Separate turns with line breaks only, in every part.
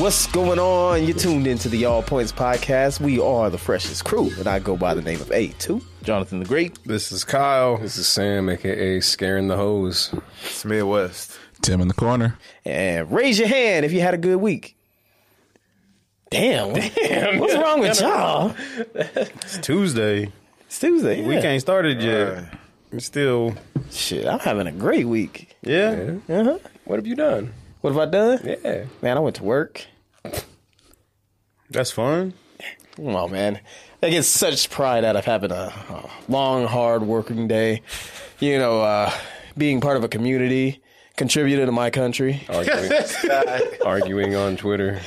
What's going on? You tuned into the All Points podcast. We are the freshest crew, and I go by the name of A2. Jonathan the Great.
This is Kyle.
This is Sam, aka Scaring the Hose.
It's Midwest.
Tim in the corner.
And raise your hand if you had a good week. Damn. Damn. What's wrong with y'all?
It's Tuesday.
It's Tuesday. yeah.
We can't start it yet. We're still.
Shit, I'm having a great week.
Yeah.
What have you done?
What have I done?
Yeah.
Man, I went to work.
That's fun.
Come on, man. I get such pride out of having a, a long, hard working day. You know, uh, being part of a community, contributing to my country.
Arguing, arguing on Twitter.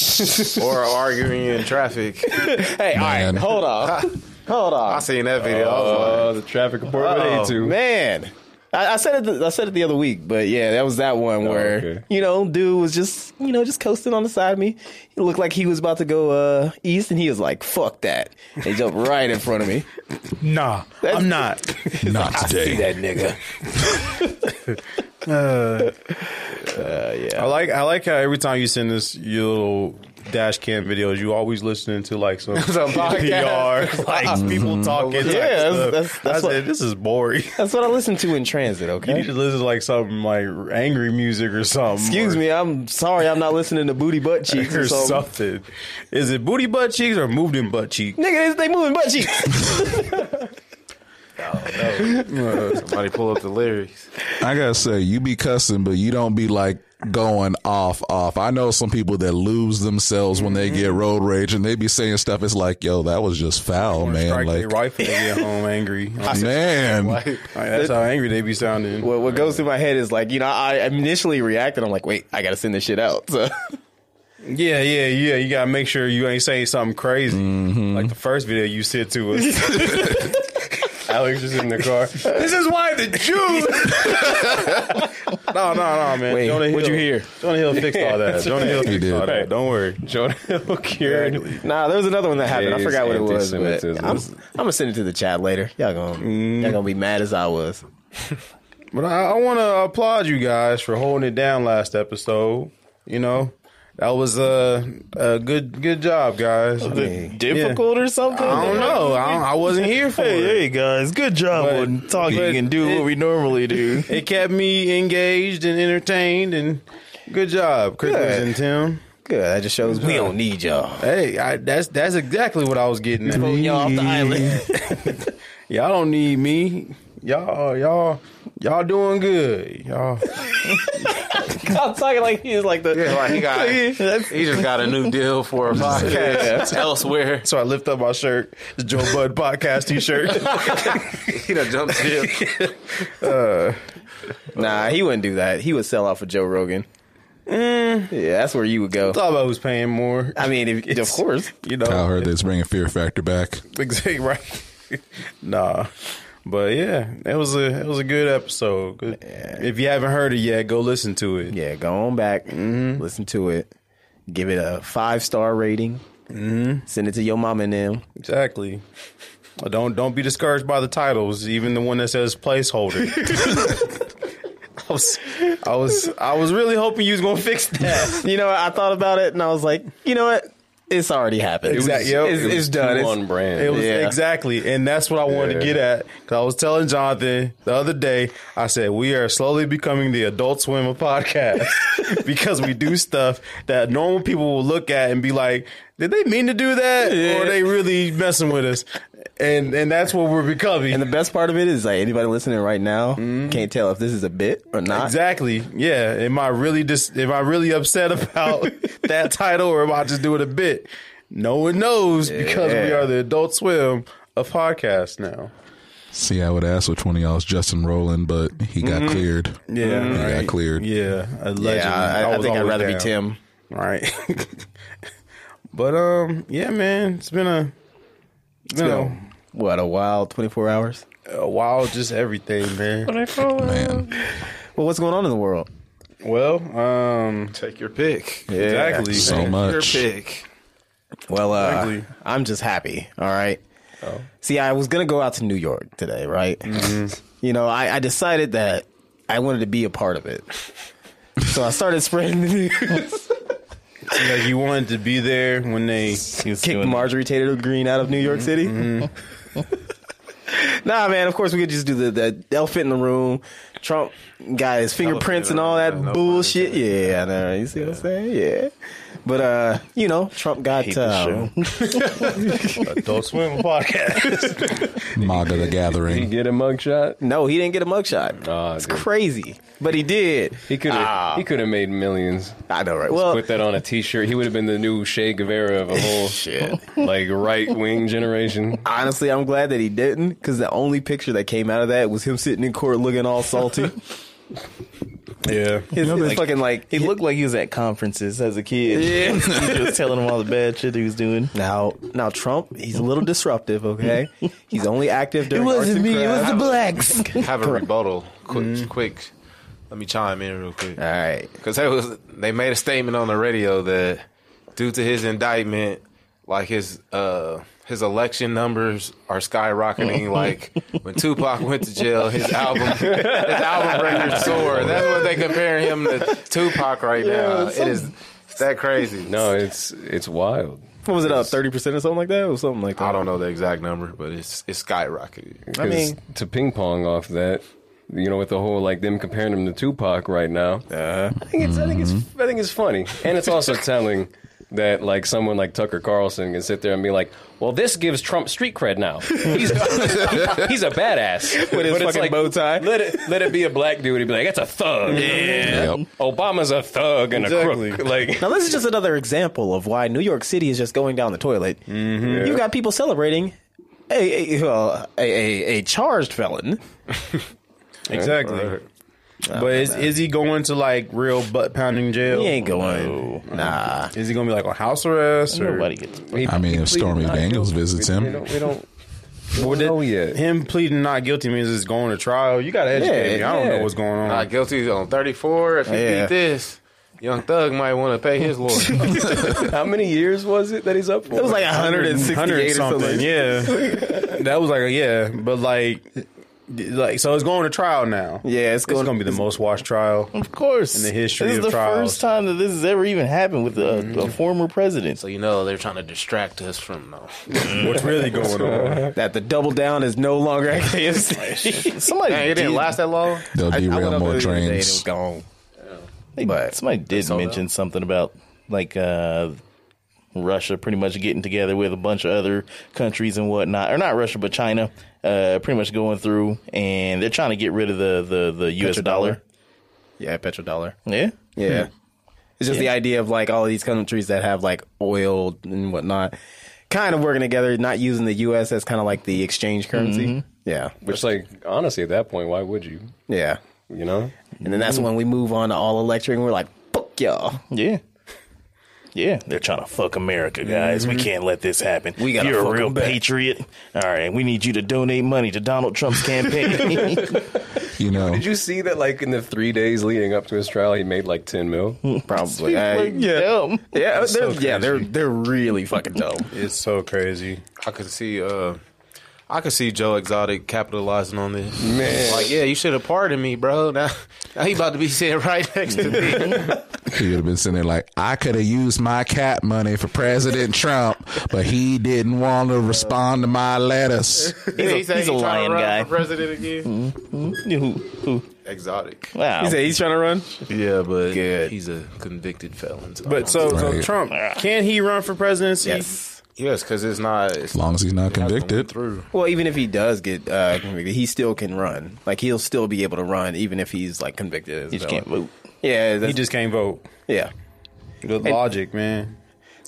or arguing in traffic.
Hey, all
Man.
right, hold on. hold on.
I seen that video. I was like,
Uh, the traffic report with
Oh,
A2.
Man, I, I said it. I said it the other week, but yeah, that was that one
Oh,
where
okay.
you know, dude was just you know just coasting on the side of me. He looked like he was about to go uh, east, and he was like, "Fuck that!" And he jumped right in front of me.
Nah, I'm not.
Not today.
That nigga.
I like I like how every time you send us your little dash cam videos, you always listening to like some
Some podcast.
PR, like
Mm-hmm.
people talking.
Yeah,
type
that's-
stuff.
that's- that's
I
what-
said this is boring.
That's what I listen to in transit.
You need
Okay.
to listen to like something like angry music or something.
Excuse
or,
me. I'm sorry. I'm not listening to booty butt cheeks
or
or something.
something. Is it booty butt cheeks or moved in butt cheek?
Nigga, they, they moving butt cheeks.
somebody pull up the lyrics.
I gotta say, you be cussing, but you don't be like going off, off. I know some people that lose themselves when they get road rage and they be saying stuff. It's like, yo, that was just foul, man.
Strike their
Like,
rifle to get home angry. Like,
man.
that's how angry they be sounding.
what, what goes through my head is like, you know, I initially reacted. I'm like, wait, I gotta send this shit out. So,
Yeah, yeah, yeah. You gotta make sure you ain't saying something crazy. Like the first video you sent to us. Alex was in the car. This is why the Jews. no, no, no, man.
Wait,
Jonah Hill.
what'd you hear?
Jonah Hill fixed all that. Jonah Hill fixed
did.
all that. Don't worry. Jonah Hill cured.
nah, there was another one that happened. I
Is
forgot what it was. But
anti-Semitism.
I'm, I'm gonna send it to the chat later. Y'all gonna
Mm.
y'all gonna be mad as I was.
But I, I want to applaud you guys for holding it down last episode. You know, that was a, a good good job, guys.
Difficult or something?
I don't know. I, don't- I wasn't here for it.
Hey, hey guys, good job
But-
on talking
but
and doing
it-
what we normally do.
It kept me engaged and entertained, and good job, Chris
Good.
and Tim.
Good. That just shows we don't need y'all.
Hey, I, that's that's exactly what I was getting. At.
Y'all off the island.
Y'all don't need me. Y'all, y'all, y'all doing good. Y'all,
I'm talking like he's like the
Yeah, like he got,
That's-
he just got a new deal for a podcast elsewhere.
so I lift up my shirt, the Joe Bud podcast T-shirt.
He done jumped ship.
Nah, he wouldn't do that. He would sell out for Joe Rogan.
Mm.
Yeah, that's where you would go.
Thought about who's paying more.
I mean, if, of course.
You know,
I heard that's bringing Fear Factor back.
Exactly right. nah. But yeah, it was a it was a good episode. Good. If you haven't heard it yet, go listen to it.
Yeah, go on back, listen to it, give it a five star rating, send it to your mom and them.
Exactly. But Don't don't be discouraged by the titles, even the one that says placeholder. I was I was I was really hoping you was gonna fix that.
You know, what? I thought about it and I was like, you know what? It's already happened.
was-
It's-
yep,
it's,
it was
it's done. It's-
on brand.
It was
Yeah.
exactly, and that's what I wanted to
Yeah.
get at. Cause I was telling Jonathan the other day, I said we are slowly becoming the Adult Swim of podcast because we do stuff that normal people will look at and be like, "Did they mean to do that, or are they really messing with us?" And and that's what we're becoming.
and the best part of it is like anybody listening right now can't tell if this is a bit or not.
Exactly. Yeah. Am I really dis- am I really upset about that title or am I just doing a bit? No one knows because we
Yeah.
are the Adult Swim of podcasts now.
See, I would ask which one of y'all is Justin Roland, but he got cleared.
Yeah.
He got cleared.
Mm-hmm. Yeah. A legend.
Yeah, I, I
was
think I'd
always
rather be
down.
Tim.
Right. but um yeah, man, it's been a you know,
What a wild twenty four hours.
a while just everything, man.
Man.
Well, what's going on in the world?
Well, um
Take your pick.
exactly.
So
man.
Your
much.
pick.
Well, uh,
Exactly.
I'm just happy. All right. See, I was gonna go out to New York today, right? you know, I, I decided that I wanted to be a part of it, so I started spreading the news.
Like you wanted to be there when they
He was
Kick
doing-
Marjorie Taylor Green out of New York City. nah, man. Of course, we could just do the, the elephant in the room, Trump got his fingerprints and
in the
all
room,
that
yeah, no
bullshit. Yeah, I know. You see what I'm saying? Yeah. But uh, you know, Trump got um,
Adult Swim podcast.
MAGA the
He
Gathering.
get a mugshot.
no. He didn't get a mugshot.
Nah,
it's
dude.
crazy, but he did. Ah,
He could have. He could have made millions.
I know, right? Well,
Put that on a T-shirt. He would have been the new Che Guevara of a whole shit, like right wing generation.
honestly, I'm glad that he didn't because the only picture that came out of that was him sitting in court looking all salty.
yeah.
His, his
like-
fucking like
He looked like he was at conferences as a kid. Yeah. he was telling him all the bad shit he was doing.
Now, now Trump, he's a little disruptive. Okay, he's only active during arts and crafts.
blacks.
Have a rebuttal, quick,
Mm-hmm.
quick. Let me chime in real quick.
All right,
Because they was they made a statement on the radio that due to his indictment, like his uh his election numbers are
Mm-hmm.
skyrocketing. like when Tupac went to jail, his album his album records soared. That's what they comparing him to Tupac right now. It is it's that crazy.
No, it's it's wild.
what was it up? Thirty percent or something like that, or something like that.
I don't know the exact number, but it's it's skyrocketed.
I
mean-
to ping pong off that, you know, with the whole like them comparing him to Tupac right now.
Uh-huh.
I think it's I think it's I think it's funny, and it's also telling that like someone like Tucker Carlson can sit there and be like, "Well, this gives Trump street cred now. He's he's a badass
With his
But it's
fucking bow tie.
Let it let it be a black dude. He'd be like, "That's a thug.
Yep.
Obama's a thug and
Exactly.
a crook. Like
Now this is just another example of why New York City is just going down the toilet. You've got people celebrating a a, well, a, a, a charged felon.
Exactly. But is, is he going to like real butt pounding jail?
He ain't going. Nah,
Is he gonna be like on house arrest or
Nobody gets.
he-
I mean,
he pleaded
if Stormy
not
Daniels
guilty.
visits
We-
him.
we don't, we don't
Well, that-
know yet.
Him pleading not guilty means it's going to trial. You gotta educate
Yeah,
me. I don't
yeah.
know what's going on.
Not guilty on thirty four. If he
Yeah.
beat this, Young Thug might want to pay his lawyer.
How many years was it that he's up for?
it was like 168
100
or something.
Yeah, that was like a yeah, but like, like so it's going to trial now.
Yeah, it's
it's
going.
gonna be the most watched trial.
Of course, in
the history
this
of
is the
trials.
first time that this has ever even happened with a, a former president.
so you know they're trying to distract us from uh, no.
What's really going on?
that the double down is no longer at KFC.
somebody
Dang, it didn't
did-
last that long.
They'll
I went
derail
up there
more
the other day and it
trains.
was gone.
They,
But-
somebody did mention something about like uh, Russia pretty much getting together with a bunch of other countries and whatnot, or not Russia but China, uh, pretty much going through and they're trying to get rid of the the, the U.S. dollar.
Yeah, petrodollar.
Yeah,
Yeah. It's just the idea of like all these countries that have like oil and whatnot kind of working together, not using the US as kind of like the exchange currency. Yeah.
Which, like, honestly, at that point, why would you?
Yeah.
You know,
And then that's when we move on to all electric and we're like, fuck y'all.
yeah. Yeah, they're trying to fuck America, guys. We can't let this happen. We
gotta
You're
fuck
a real
'em back.
patriot. All right, we need you to donate money to Donald Trump's campaign.
You know,
did you see that? Like, in the three days leading up to his trial, he made like ten mil.
Probably.
Like,
yeah.
damn.
Yeah, they're,
so
yeah, they're
crazy.
they're really fucking dumb.
It's so crazy.
I could see uh I could see Joe Exotic capitalizing on this. Man. Like, yeah, you should have pardoned me, bro. Now, now he about to be sitting right next to me.
he would have been sitting there like, I could have used my cat money for President Trump, but he didn't want to respond to my letters.
he's
he's a lion guy.
president again.
Mm-hmm.
Who- who-
Exotic.
Wow.
He said he's trying to run.
Yeah, but he's a convicted felon. so-
But so, so
Right.
Trump can he run for presidency?
yes, because it's not it's
As long as he's not
not going
convicted.
through.
Well, even if he does get uh, convicted, he still can run. Like he'll still be able to run, even if he's like convicted. As
he just
a
can't
felon.
vote.
Yeah,
He
that's,
just can't vote.
yeah.
Good logic, man.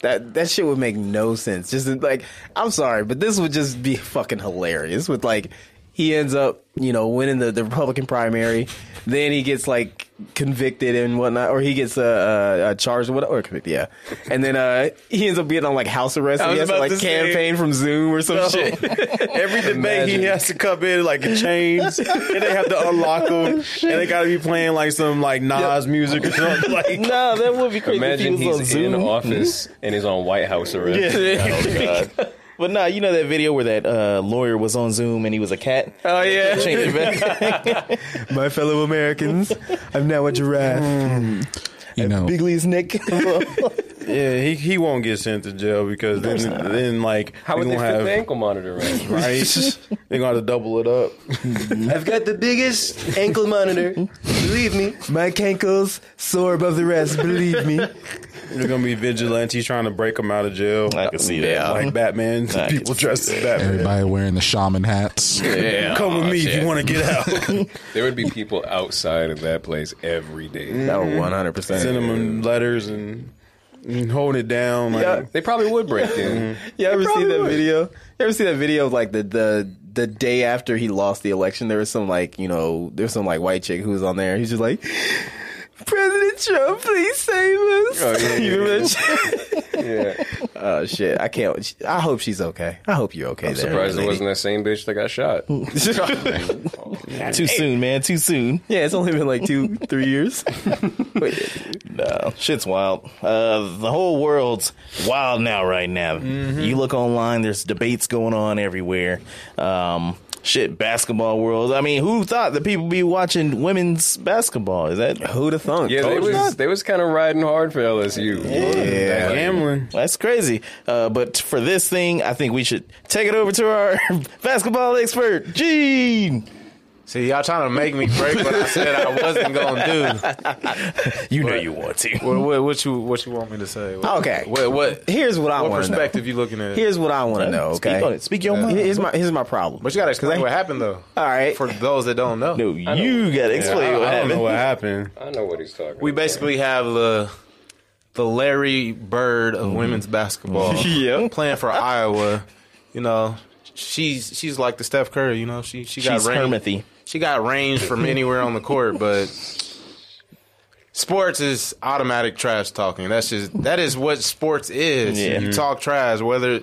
That that shit would make no sense. Just like I'm sorry, but this would just be fucking hilarious. With like he ends up, you know, winning the, the Republican primary, then he gets like convicted and whatnot, or he gets uh, uh, uh, charged or whatever, or convicted, yeah. And then uh, he ends up being on like house arrest. And
was
he has to
about
like
to say-
campaign from Zoom or some shit.
Every debate he has to come in like in chains, and they have to unlock him, and they got to be playing like some like Nas music or something. Like,
No, that would be crazy.
Imagine
if he was on
he's in
Zoom.
office and he's on White House arrest.
Oh, But nah, you know that video where that uh, lawyer was on Zoom and he was a cat.
oh yeah,
Change it back.
Mm. my fellow Americans, I'm now a giraffe.
You know,
Big Lee's Nick.
Yeah, he, he won't get sent to jail because then then like
How
we
would they
gonna
fit
have
the ankle monitor in?
right? They're gonna have to double it up.
I've got the biggest ankle monitor. Believe me.
My cankles sore above the rest. Believe me.
They're gonna be vigilantes trying to break him out of jail.
I can see that.
Like Batman,
I can
people dressed as Batman.
everybody wearing the shaman hats.
Yeah.
Come with me if
shit.
you want to get out.
There would be people outside of that place every day.
No, Oh, one hundred
Send
percent.
them letters and, and holding it down. Like,
Yeah.
They probably would break in.
You ever see
probably
that
would.
video? You ever see that video of like the the the day after he lost the election? There was some like you know there was some like white chick who was on there. He's just like. President Trump, please save us!
Oh, yeah,
you
yeah,
remember that? shit?
Yeah.
oh shit! I can't. I hope she's okay. I hope you're okay.
I'm
there,
surprised it
lady.
wasn't that same bitch that got shot.
Too soon, man. Too soon.
Yeah, it's only been like two, three years. Wait,
No, shit's wild. Uh, the whole world's wild now, right now. You look online, there's debates going on everywhere. Um, shit, basketball world. I mean, who thought that people be watching women's basketball? Is that
who the thunk?
Yeah, they
Told you.
was they was kind of riding hard for LSU.
Yeah.
gambling.
that's crazy? Uh, but for this thing, I think we should take it over to our basketball expert, Gene.
See, y'all trying to make me break what I said I wasn't gonna do.
You know you want to.
What, what, what you what you want me to say? What,
Okay.
What what
Here's what I
what
want to know.
perspective you looking at?
Here's what I want to know.
Speak
Okay,
on it. Speak your mind.
Here's my here's my problem.
but you gotta explain what happened though.
All right.
For those that don't know,
No, you gotta
I,
explain
I
what
don't know
happened.
what happened.
I know what he's talking.
we
about.
basically have the the Larry Bird
Mm-hmm.
of women's basketball.
Yeah.
playing for Iowa. You know, she's she's like the Steph Curry. You know, she she got
She's
range.
Hermithy.
She got range from anywhere on the court, but sports is automatic trash talking. That's just that is what sports is.
Yeah.
You talk trash, whether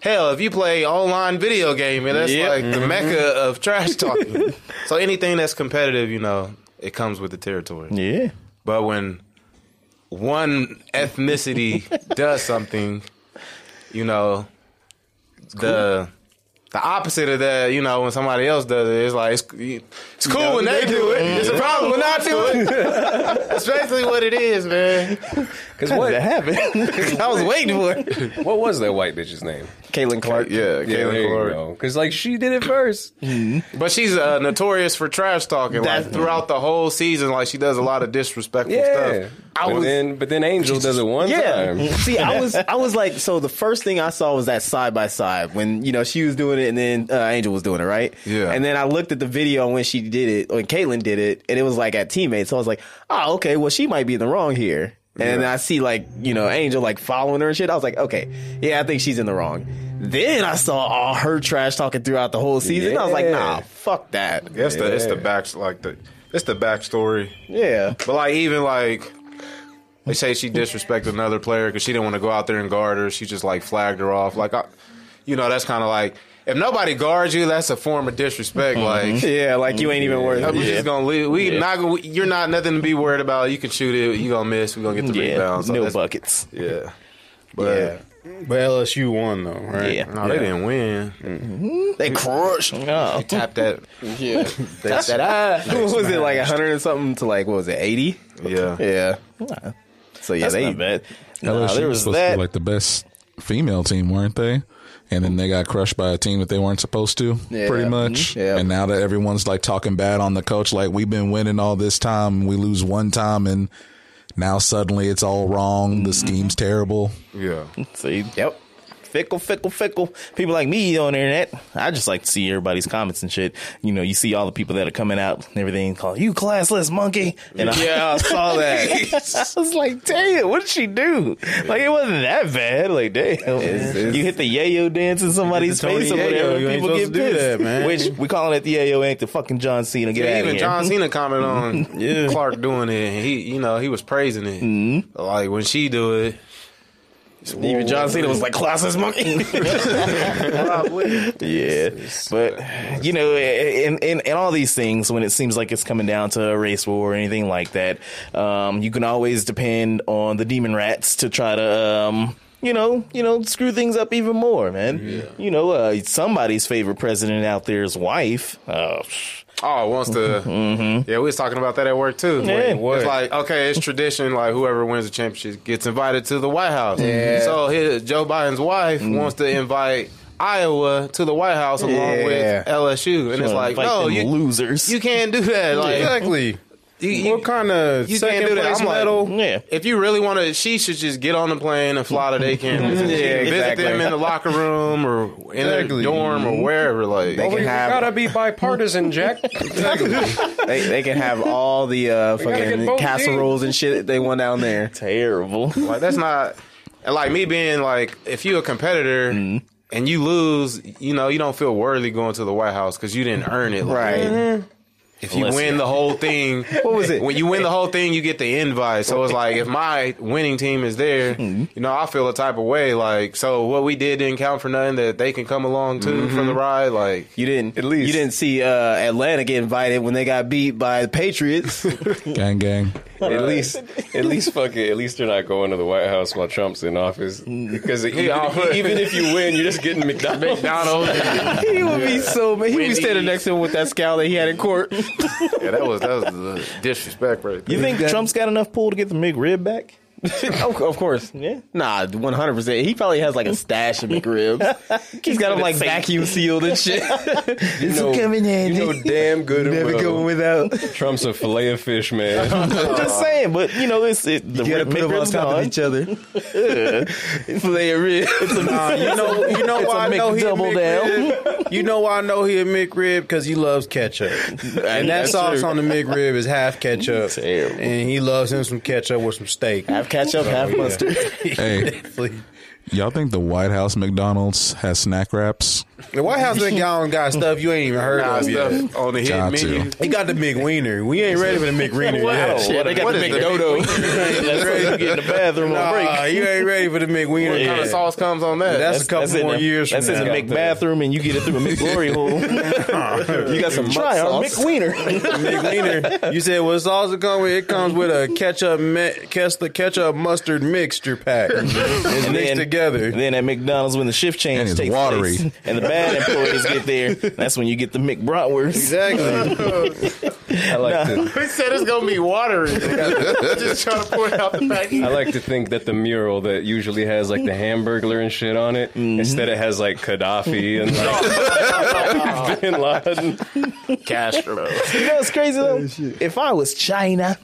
hell if you play online video gaming, that's
Yep. Mm-hmm.
like the mecca of trash talking. so anything that's competitive, you know, it comes with the territory.
Yeah.
But when one ethnicity does something, you know, the the opposite of that, you know, when somebody else does it, it's like it's, it's cool when they, do it. It's a problem when I do it. That's basically what it is, man.
because what
happened?
I was waiting for it.
what was that white bitch's name?
Caitlin Clark.
Yeah,
Yeah, there
Caitlin
you
Clark.
go. Because like she did it first.
But she's uh, notorious for trash talking. Like,
That's-
throughout the whole season, like she does a lot of disrespectful
Yeah.
stuff.
I but
was-
then but then Angel does it one
Yeah.
time.
See, I was I was like, so the first thing I saw was that side by side when you know she was doing it and then uh, Angel was doing it, right?
Yeah.
And then I looked at the video when she did it, when Caitlyn did it, and it was like at teammates. So I was like, oh, okay, well she might be in the wrong here. And I see like you know Angel like following her and shit. I was like, okay, yeah, I think she's in the wrong. Then I saw all her trash talking throughout the whole season. I was like,
Yeah.
nah, fuck that.
It's the it's the back like the it's the backstory.
Yeah.
But like even like they say she disrespected another player because she didn't want to go out there and guard her. She just like flagged her off. Like I, you know, that's kind of like if nobody guards you, that's a form of disrespect.
Mm-hmm.
Like
Yeah, like you ain't even worth
we
it.
just gonna leave. We not gonna. You're not nothing to be worried about. You can shoot it. You gonna miss. We gonna get the
Yeah.
rebound. So
no
that's-
buckets.
Yeah. But
Yeah.
But LSU won though, right?
Yeah.
no, they didn't win.
They crushed.
Oh.
Tap that.
Yeah. That's that What was it like a hundred and something to like what was it eighty?
Yeah.
Yeah. So yeah,
That's
they
not bad. No,
LSU
there was
supposed to
that.
be like the best female team, weren't they? And then they got crushed by a team that they weren't supposed to,
Yeah.
pretty
Mm-hmm.
much.
Yeah.
And now that everyone's like talking bad on the coach, like we've been winning all this time, and we lose one time, and now suddenly it's all wrong.
Mm-hmm.
The scheme's terrible.
Yeah.
See,
Yep.
fickle, fickle, fickle. People like me on the internet. I just like to see everybody's comments and shit. You know, you see all the people that are coming out and everything, call you classless monkey. And I,
Yeah, I saw that.
I was like, damn, what did she do? Like, it wasn't that bad. Like, damn,
it's-
you hit the yayo dance in somebody's
You hit the
face or
Tony
whatever.
yayo. You
and
ain't
people get
supposed to do
pissed.
that, man.
Which we calling it the yayo ain't the fucking John Cena. Get
Yeah,
out
even
here.
John Cena commented on Clark doing it. And he, you know, he was praising it.
Mm-hmm.
Like when she do it,
Even John Cena was like classless monkey.
Yeah, but you know, in, in in all these things, when it seems like it's coming down to a race war or anything like that, um, you can always depend on the demon rats to try to. Um, you know, you know, screw things up even more, man. You know, uh, somebody's favorite president out there is wife. Uh,
Oh, wants to. Yeah, we was talking about that at work too.
Yeah.
Mm-hmm. what?
It's like okay, it's tradition. Like whoever wins the championship gets invited to the White House. So his, Joe Biden's wife
Mm.
wants to invite Iowa to the White House along
Yeah.
with LSU, and it's like
Fight
no,
them
you
losers.
you can't do that. Like
exactly.
you, you-
What kind of
you
second
can't do that.
place
I'm like-
medal?
yeah.
if you really want to, she should just get on the plane and fly to their campus. and visit
exactly.
them in the locker room or in
Exactly. Mm-hmm.
their dorm or wherever. Like
They
Well,
can
we
have-
gotta be bipartisan, Jack.
They, they can have all the uh,
get
fucking
both
casseroles and shit that they want down there.
Terrible.
Like that's not and like me being like if you a competitor and you lose, you know, you don't feel worthy going to the White House cuz you didn't earn it. Like, Mm-hmm.
Right.
If you win the whole thing,
What was it?
When you win the whole thing, you get the invite. So it's like if my winning team is there, you know, I feel a type of way like so what we did didn't count for nothing that they can come along too for the ride like
You didn't. At
least.
you didn't see uh, Atlanta get invited when they got beat by the Patriots.
Gang, gang.
At least, at least, fucking, at least they're not going to the White House while Trump's in office. Because even, even if you win, you're just getting McDonald's.
Donald.
he would be so mad. He would be standing next to him with that scowl that he had in court.
yeah, that was that was the disrespect right there.
You think Trump's got enough pull to get the McRib back?
of, of course.
Yeah.
Nah, one hundred percent. He probably has like a stash of McRibs. He's got them like
safe.
vacuum sealed and shit.
You know, you know damn good and
Never
well,
uh,
going without.
Trump's a fillet of fish, man.
I'm just saying, but you know, it's it, the
You gotta
Rick
put them on
McRib's
top of
gone.
each other. Fillet of rib.
Nah, you know, you know why I know he a
McDouble
McRib. You know why I know he a McRib because he loves ketchup, and that sauce on the McRib is half ketchup,
Terrible.
and he loves him some ketchup with some steak.
half ketchup, half mustard.
Hey, y'all think the White House McDonald's has snack wraps?
The White House McDonald's got stuff you ain't even heard
Nah,
of yet.
stuff on the hit
Got to.
menu.
He got the McWiener. We ain't ready for the McWiener
Wow.
yet.
What,
They got
what
the
is
big
that?
dodo.
That's where you get in the bathroom on break.
Nah, you ain't ready for the
What
McWiener
kind of
yet.
sauce comes on that?
That's a couple
in
more
the-
years from
That's in
now.
the McBathroom, and you get it through a McGlory hole. you got some try our
sauce.
McWiener.
McWiener. You said what sauce it come with? It comes with a ketchup, me- ketchup, ketchup mustard mixture pack. It's mixed
And then-
together.
and then at McDonald's, when the shift change
And it's
takes
watery.
place, and the bad employees get there, that's when you get the McBratwurst.
exactly.
I like to,
He said it's gonna be watery. Just trying to point out the fact.
I like to think that the mural that usually has like the Hamburglar and shit on it, instead it has like Gaddafi and like Bin Laden.
Castro.
You know what's crazy though? if I was China,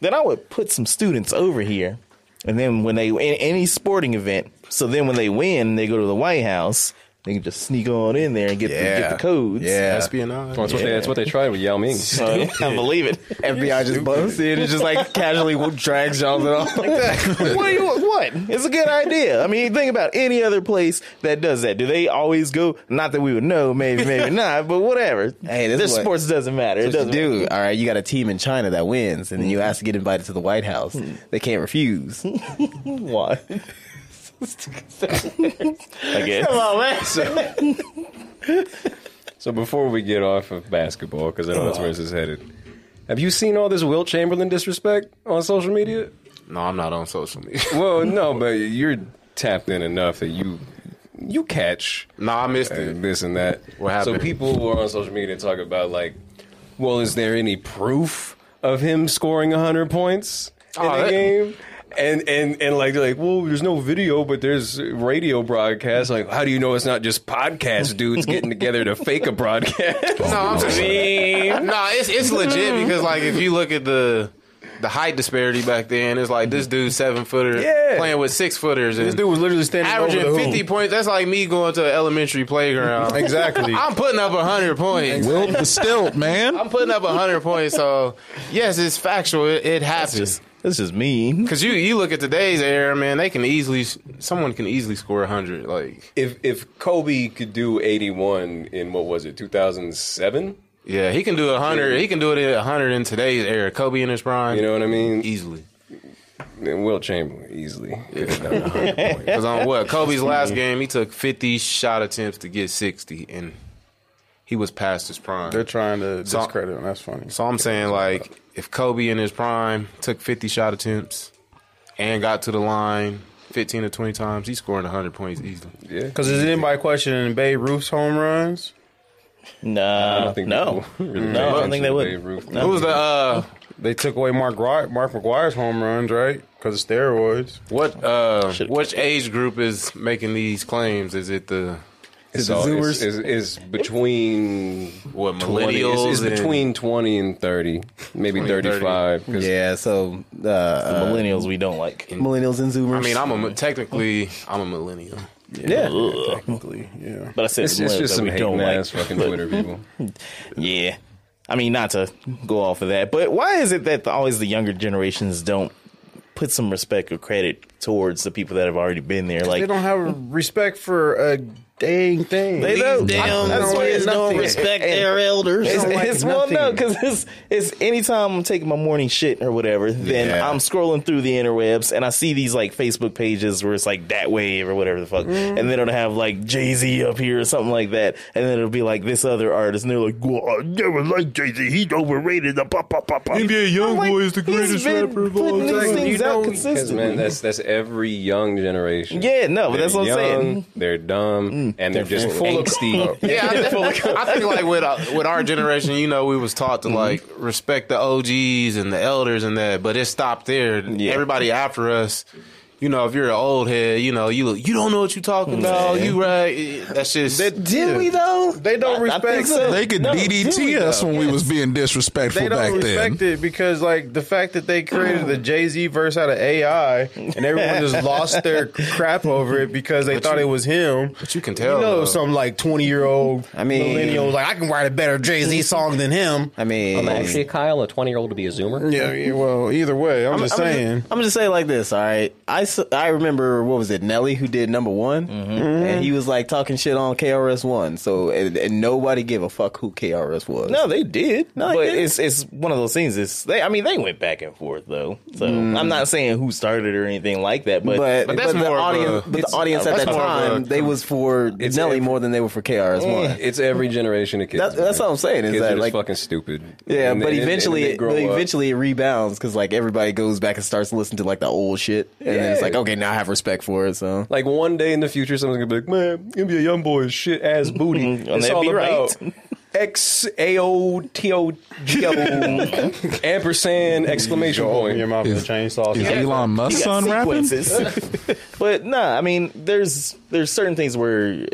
then I would put some students over here, and then when they in any sporting event, so then when they win, they go to the White House. They can just sneak on in there and get, the, get the codes.
Yeah.
Espionage.
That's what they. That's what they tried with Yao Ming.
So, I can't believe it.
FBI just busts in and just like casually drags y'all along.
what, do you, what? It's a good idea. I mean, think about any other place that does that. Do they always go? Not that we would know, maybe, maybe not, but whatever.
Hey, this
Their
is what-
sports doesn't matter. It
What
doesn't Mm-hmm.
you
matter.
do? All right, you got a team in China that wins, and then you ask to get invited to the White House. They can't refuse.
Hmm. Why? I guess.
So before we get off of basketball, because I know that's where this is headed. Have you seen all this Wilt Chamberlain disrespect on social media?
No, I'm not on social media.
Well, no, but you're tapped in enough that you you catch
no, I missed it.
and this and that.
What happened?
So people who are on social media talk about like, well, is there any proof of him scoring 100 points in
Oh,
the
that-
game? And and and like they're like, well, there's no video, but there's radio broadcast. Like, how do you know it's not just podcast dudes getting together to fake a broadcast?
No, I'm just Nah, it's it's legit because like if you look at the the height disparity back then, it's like this dude seven footer
Yeah.
playing with six footers and
This dude was literally standing over the
averaging
hoop.
fifty points. That's like me going to an elementary playground.
Exactly.
I'm putting up hundred points.
Will the stilt, man.
I'm putting up hundred points. So yes, it's factual. It, it happens.
This is mean.
Cause you you look at today's era, man. They can easily someone can easily score hundred. Like
if if Kobe could do 81 in what was it 2007?
yeah, he can do hundred. He can do it at hundred in today's era. Kobe in his prime,
You know what I mean?
easily.
And Will Chamberlain easily. could have done 100 points.
Cause on what Kobe's last game, he took fifty shot attempts to get sixty, and he was past his
They're
prime.
trying to discredit him. That's funny.
So I'm saying like, if Kobe in his prime took fifty shot attempts and got to the line fifteen or twenty times, he's scoring hundred points easily.
Because is anybody questioning Babe Ruth's home runs?
Nah,
don't think
no,
people really pay
no, I don't
attention
think they
to
would.
Babe Ruth.
No.
Who was the uh
They took away Mark Gri- Mark McGuire's home runs, right? Because of steroids.
Oh,
what uh
Should've-
which age group is making these claims? Is it the
It's,
the
all- it's,
Zoomers?
it's, it's between
what
20, it's-
millennials
It's,
and-
between twenty and thirty, maybe
30.
thirty-five. 'cause
Yeah, so
The
uh,
millennials we don't like.
millennials and zoomers.
I mean, I'm a mi- technically I'm a millennial.
Yeah,
Technically, yeah.
but I said
It's,
the
it's
millennials
just
that
some
we don't
hating
like.
ass fucking Twitter people.
Yeah. I mean, not to go off of that, but why is it that the, always the younger generations don't put some respect or credit towards the people that have already been there? Like,
They don't have respect for a dang thing.
They don't.
I- I
that's
don't
why
hear
it's don't
nothing.
respect their elders. It's,
don't like
it's- well, no,
nothing.
because it's, it's anytime I'm taking my morning shit or whatever, then
Yeah.
I'm scrolling through the interwebs and I see these like Facebook pages where it's like that wave or whatever the fuck, and then it'll have like Jay Z up here or something like that, and then it'll be like this other artist, and they're like, well, I never liked Jay Z. He's overrated. The pop, pop, pop, pop.
Young
Like, he's been putting these
time.
things
You
out
know-
Because man,
consistently.
that's that's every young generation.
Yeah, no, but
They're
that's what I'm saying.
young, They're dumb and they're just
full of-
angsty.
Yeah, I, think- I think like with uh, with our generation, you know, we was taught to
Mm-hmm.
like respect the OGs and the elders and that, but it stopped there. Everybody after us, you know, if you're an old head, you know, you you don't know what you talking about.
Mm-hmm.
You right? That's just
did we though?
They don't
I- I
respect.
think so.
They could
No,
DDT us when we was being
They
disrespectful
don't
back
respect
then.
it because, like, the fact that they created the Jay Z verse out of AI and everyone just lost their crap over it because they thought it was him.
but you can
You
tell.
know,
though.
some like twenty year old I
mean-
millennial like I can write a better Jay Z song than him.
I mean,
Actually, Kyle, a 20 year old would be a zoomer.
Yeah, yeah, well, either way, I'm, just saying.
I'm just saying like this, all right. I, s- I remember what was it Nelly who did number one, and he was like talking shit on KRS One. So and, and nobody gave a fuck who KRS was.
No, they did.
No, they
but
didn't.
it's it's one of those things. It's they. I mean, they went back and forth though. So I'm not saying who started or anything like that. But,
but
But that's
but the
more of
audience,
a-
but the audience at
that's
that
more of a-
time, they was for
It's
Nelly
every-
more than they were for KRS One.
It's every generation of kids.
That- that's
man.
what I'm saying, is
kids
that,
are just
like-
fucking stupid.
Yeah,
And
but
then- and
eventually,
then they
it,
grow
but
up.
eventually it rebounds because like everybody goes back and starts listening to like the old shit, and then it's
Yeah.
like okay, now I have respect for it. So
Like one day in the future, someone's gonna be like, "Man, gonna be a young boy is shit ass booty." it's
they'd
all
be
about
right.
X A O T O G O ampersand exclamation
Open
point.
your mouth with a chainsaw.
Is Elon Musk son rapping?
sequences. but no, I mean, there's there's certain things where uh,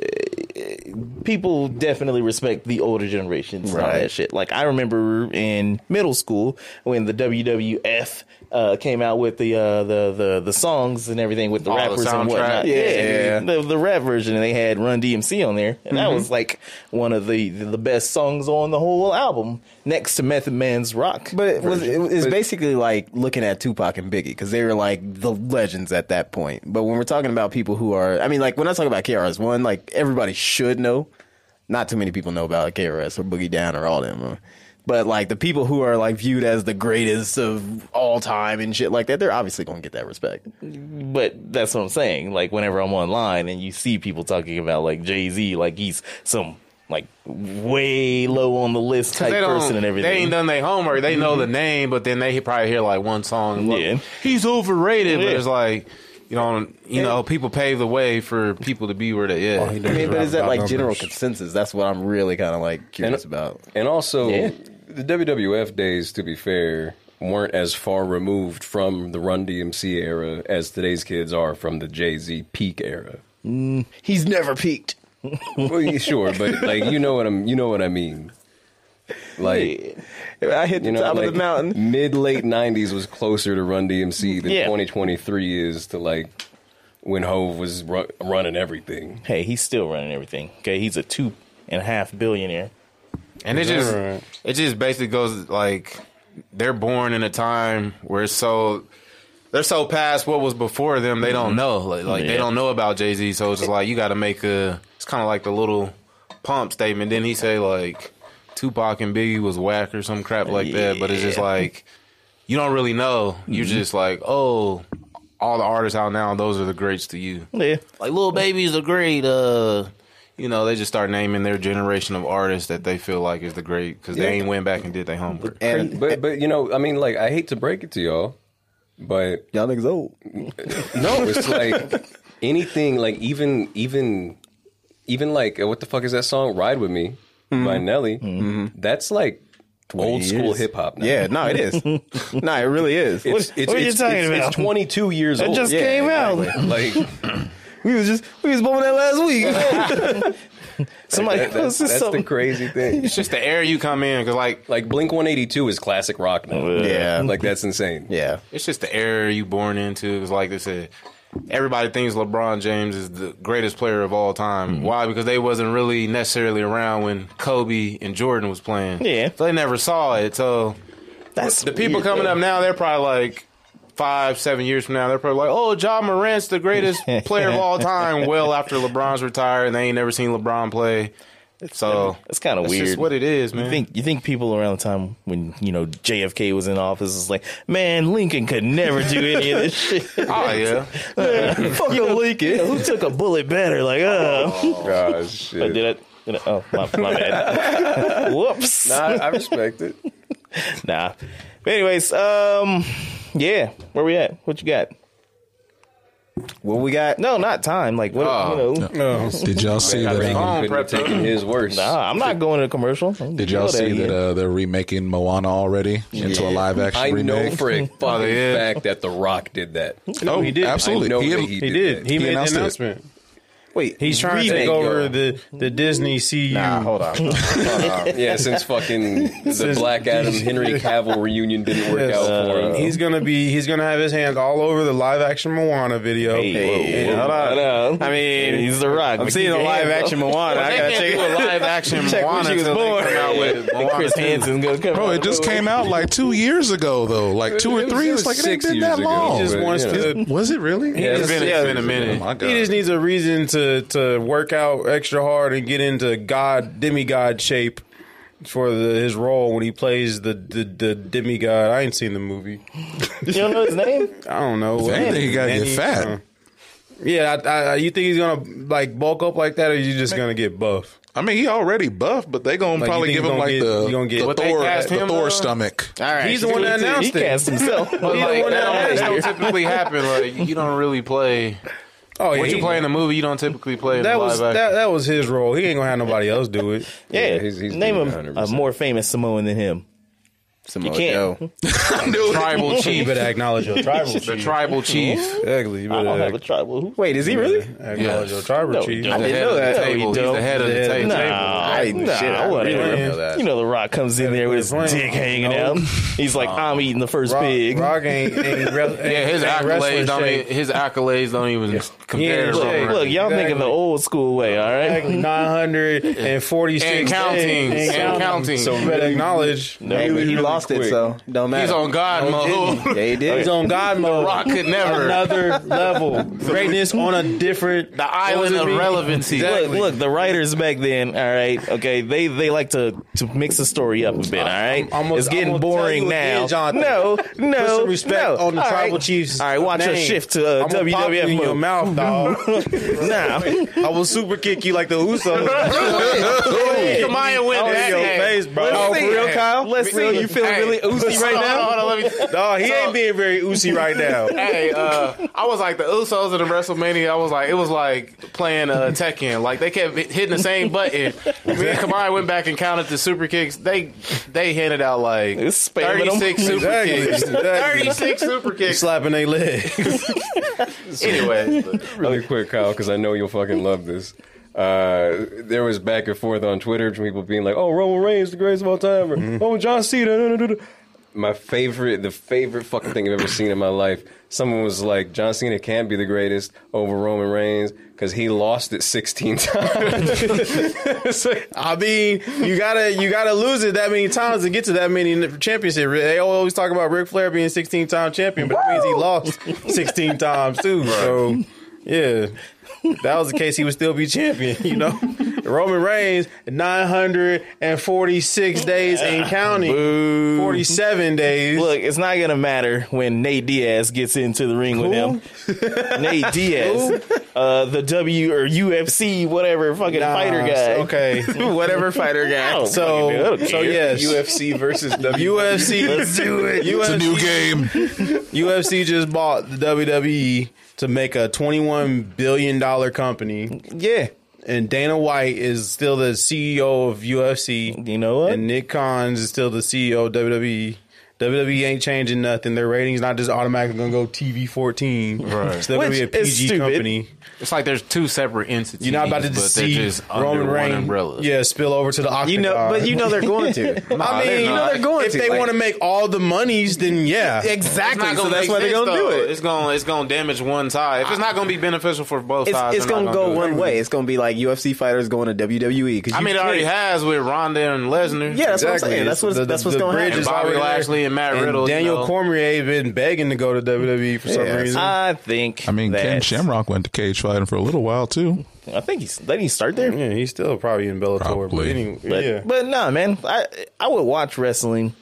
people definitely respect the older generations and all
Right.
that shit. Like I remember in middle school when the WWF uh, came out with the, uh, the the the songs and everything with the
All the
rappers and whatnot.
soundtrack.
Yeah. Mm-hmm.
the, the rap version, and they had Run DMC on there, and that was like one of the the best songs on the whole album, next to Method Man's Rock.
But it was it was basically like looking at Tupac and Biggie because they were like the legends at that point. But when we're talking about people who are, I mean, like when I talk about KRS One, like everybody should know. Not too many people know about KRS or Boogie Down or all them. uh, But like the people who are like viewed as the greatest of all time and shit like that, they're obviously gonna get that respect.
but that's what I'm saying. Like whenever I'm online and you see people talking about like Jay Z, like he's some um, like way low on the list type
they don't-
person and everything. Mm-hmm.
They ain't done their homework. They know the name, but then they probably hear like one song. Like,
Yeah.
He's overrated, but
Yeah.
it's like you know, you know, people pave the way for people to be where they
Oh,
is.
I mean, but is that like general consensus? That's what I'm really kind of like curious about.
And also,
Yeah.
the WWF days, to be fair, weren't as far removed from the Run DMC era as today's kids are from the Jay Z peak era.
He's never peaked.
well, yeah, sure, but like you know what I'm, you know what I mean. Like
I hit the
you know,
top
like,
of the mountain.
mid late '90s was closer to Run DMC than
Yeah.
2023 is to like when Hove was ru- running everything.
hey, he's still running everything. Okay, he's a two and a half billionaire.
And it just
Right.
it just basically goes like they're born in a time where it's so they're so past what was before them they don't know like, like they
Mm-hmm. Yeah.
don't know about Jay Z so it's just like you got to make a it's kind of like the little pump statement then he say like Tupac and Biggie was whack or some crap like that but it's just
Yeah. Mm-hmm.
like you don't really know you're just like oh all the artists out now those are the greats to you
Yeah.
like little babies are great. Uh, you know, they just start naming their generation of artists that they feel like is the great because they ain't went back and did their homework.
And
But but you know, I mean, like I hate to break it to y'all, but
y'all niggas old.
No, it's like anything, like even even even like uh, what the fuck is that song? Ride with me.
Mm-hmm.
by Nelly, that's like old school hip hop. now.
Yeah, no, it is. no, it really is.
It's, it's,
what are you
it's,
talking
it's,
about?
It's 22 years
It
old.
just came out.
Like
we was just we was bumming that last week.
Somebody
that- that's,
posted
that's the
something.
crazy thing.
It's just the air you come in because like
Like Blink 182 is classic rock now.
yeah,
Like that's insane.
yeah.
it's just the era you born into. It's like they said, everybody thinks LeBron James is the greatest player of all time.
Mm-hmm.
Why? Because they wasn't really necessarily around when Kobe and Jordan was playing.
Yeah.
so they never saw it. So
That's
the people
weird,
coming
though.
up now, they're probably like. Five, seven years from now, they're probably like, "Oh, John Morant's the greatest player of all time." Well, after LeBron's retired, and they ain't never seen LeBron play. So
That's kind of
That's
weird.
just what it is, man.
You think you think people around the time when you know JFK was in office is like, man, Lincoln could never do any of this shit.
oh yeah,
Fucking Lincoln.
Who took a bullet better? Like, uh,
Gosh, shit.
did I? Did I oh, my, my bad. Whoops.
I, I respect it.
Nah. But anyways, um, yeah, where we at? What you got?
What we got?
No, not time. Like, what? you know,
Did y'all see that?
Reagan
Um,
Home
couldn't have
prep.
taken his worse.
nah, Uh, I'm not going to commercial.
did y'all see that uh, they're remaking Moana already into a live action
I know
remake?
for a
Oh,
fucking
yeah.
fact that The Rock did that.
oh, he did.
I
Absolutely.
know
He-
that he,
He
did.
did.
that.
He, made
announced
the
it.
announcement.
Wait,
He's trying to
Remake,
take over
yo.
the, the Disney CU.
nah, hold on.
Yeah, since fucking the
Since-
Black Adam Henry Cavill reunion didn't work
Yes. Uh,
out for him.
He's gonna be. He's gonna have his hands all over the live action Moana video.
Hey,
And-
hold on.
I mean,
he's the rock.
I'm seeing a live action Moana. I gotta check
do a live action
Check when
Moana
she was
till they
born.
come out with Moana
Chris
2.
Hansen's gonna come.
Bro, Oh, it just came out like two years ago, though. Like two
It
or
was-
three.
it was
It's like it ain't
six
been
years
that
ago.
long.
He just
Yeah.
wants to.
Was it really?
Yeah,
It's been, it's been a minute.
my
He just
god.
needs a reason to to work out extra hard and get into god demigod shape for the, his role when he plays the, the the demigod. I ain't seen the movie.
You don't know his name?
I don't know.
I didn't think he gotta get
Any-
fat.
uh, yeah, I, I, you think he's gonna like bulk up like that, or you just gonna get buff?
I mean, he already buff, but they gonna
Like, you
probably
think
give
you
him
gonna
like
get-
the,
you gonna get-
the
What
they
Thor,
cast
the
him,
Thor
uh,
stomach.
All right,
He's the one that
He
announced it.
cast himself.
But
He's the
like, that
one that
don't,
announced
that
it.
don't typically happen. Like you don't really play.
Oh yeah,
What you
he-
play in a movie, you don't typically play in
That
a
was
live action.
that, that was his role. He ain't gonna have nobody else do it.
Yeah,
he's- he's
name
doing
him a
100%.
more famous Samoan than him.
Samoa
You can't.
Joe.
tribal
You
chief,
better acknowledge your tribal
the
chief.
tribal chief.
Exactly. You
I don't
better
have a tribal. Who?
Wait, is he really?
acknowledge
Yes.
your tribal
No,
chief.
you don't.
The head
know
of the
that.
No,
table.
you
He's the
don't.
head of
The
the
head of
table.
the
No,
I-
no,
shit, I
whatever.
really don't
know
that.
You know, The Rock comes in there with his
Plan.
dick hanging
No.
out. He's like, I'm eating the first pig.
Rock ain't, ain't re-
Yeah, his accolades don't. e- His accolades don't even compare
Yeah,
to
look,
Roman.
Look, y'all
Exactly.
thinking the old school way, all right?
Nine hundred and forty-six
And counting, and counting.
So you better acknowledge
No,
he
but
he
really
lost it,
quick.
so don't matter.
He's on God
Yeah,
mode.
he did.
Oh,
he's on God mode.
Rock could never.
Another level, greatness on a different
The island of relevancy.
Look, look, the writers back then, all right, okay, they they like to to mix the story up a bit, all right?
I'm gonna-
it's
I'm
getting
gonna
boring
tell you again,
now.
Jonathan.
no, no,
Put some respect
no.
on the
All
tribal
right.
chiefs.
All right, watch your
name.
shift to uh,
I'm gonna pop you
WWF
in
mode.
your mouth, dog.
Nah.
I will super kick you like the Usos.
Maya win
Oh,
that
in your
game.
face, bro.
Oh,
see
for real,
it.
Kyle? Let's
Hey,
see. You feeling
hey,
really oozy right
hold on,
now?
hold on, let me-
Dog, he ain't being very Usy right now.
Hey, uh, I was like the Usos in the WrestleMania. I was like, it was like playing uh, Tekken. Like they kept hitting the same button. Me and Kamari went back and counted the super kicks. They they handed out like
It's spamming
thirty
'em.
six super
Exactly,
kicks,
exactly.
thirty six super kicks.
Slapping their legs.
Anyway,
really quick, Kyle, because I know you'll fucking love this. Uh, there was back and forth on Twitter from people being like, "Oh, Roman Reigns, the greatest of all time," or "Oh, John Cena." da, da, da, da." My favorite, the favorite fucking thing I've ever seen in my life. Someone was like, "John Cena can't be the greatest over Roman Reigns because he lost it 16 times." It's like,
I mean, you gotta you gotta lose it that many times to get to that many championship. They always talk about Ric Flair being sixteen time champion, but it means he lost sixteen times too. So yeah. If that was the case, he would still be champion, you know? Roman Reigns, 946 days and counting. 47 days.
Look, it's not gonna matter when Nate Diaz gets into the ring with him. Nate Diaz, uh, the W or UFC, whatever fucking
Nah,
fighter guy.
Okay.
Whatever fighter guy.
So, so yes.
UFC versus
E.
W.
UFC. Let's do it.
It's a new game.
UFC just E bought the WWE to make a twenty-one billion dollar company,
yeah,
and Dana White is still the CEO of UFC.
You know what?
And Nick Khan's is still the CEO of E. WWE. WWE ain't changing nothing. Their ratings not just automatically gonna go TV fourteen. Right. Still gonna
Which
be a
is
PG
stupid.
company.
It's like there's two separate entities.
You're not about to
but they're
see
just under
Roman
one
Reigns.
umbrella.
Yeah, spill over to the octagon.
You know, but you know they're going to.
Nah,
I mean,
they're
you know
not.
they're going if
to,
they
like-
want to make all the monies, then yeah,
exactly.
It's not
So
gonna
that's
make
why they're
sense,
gonna do
though.
it.
It's gonna it's gonna damage one side. If it's not gonna be beneficial for both
It's,
sides,
it's
they're
gonna
not
go
do it.
one way. It's gonna be like UFC fighters going to WWE. 'cause
I
you
mean, it already
can't-
has with Ronda and Lesnar.
Yeah, that's what I'm
Exactly.
saying. That's what
The-
that's
the-
what's
the
gonna
bridge
happen.
and
is
Bobby
already there.
Lashley and Matt
And
Riddle. you
Daniel
know.
Cormier been begging to go to WWE for some
Yeah.
reason.
I think.
I mean, Ken
that-
Shamrock went to cage fighting for a little while too.
I think he's. They didn't start there.
yeah, he's still probably in Bellator. But
Probably.
anyway,
But
yeah.
but nah, man. I I would watch wrestling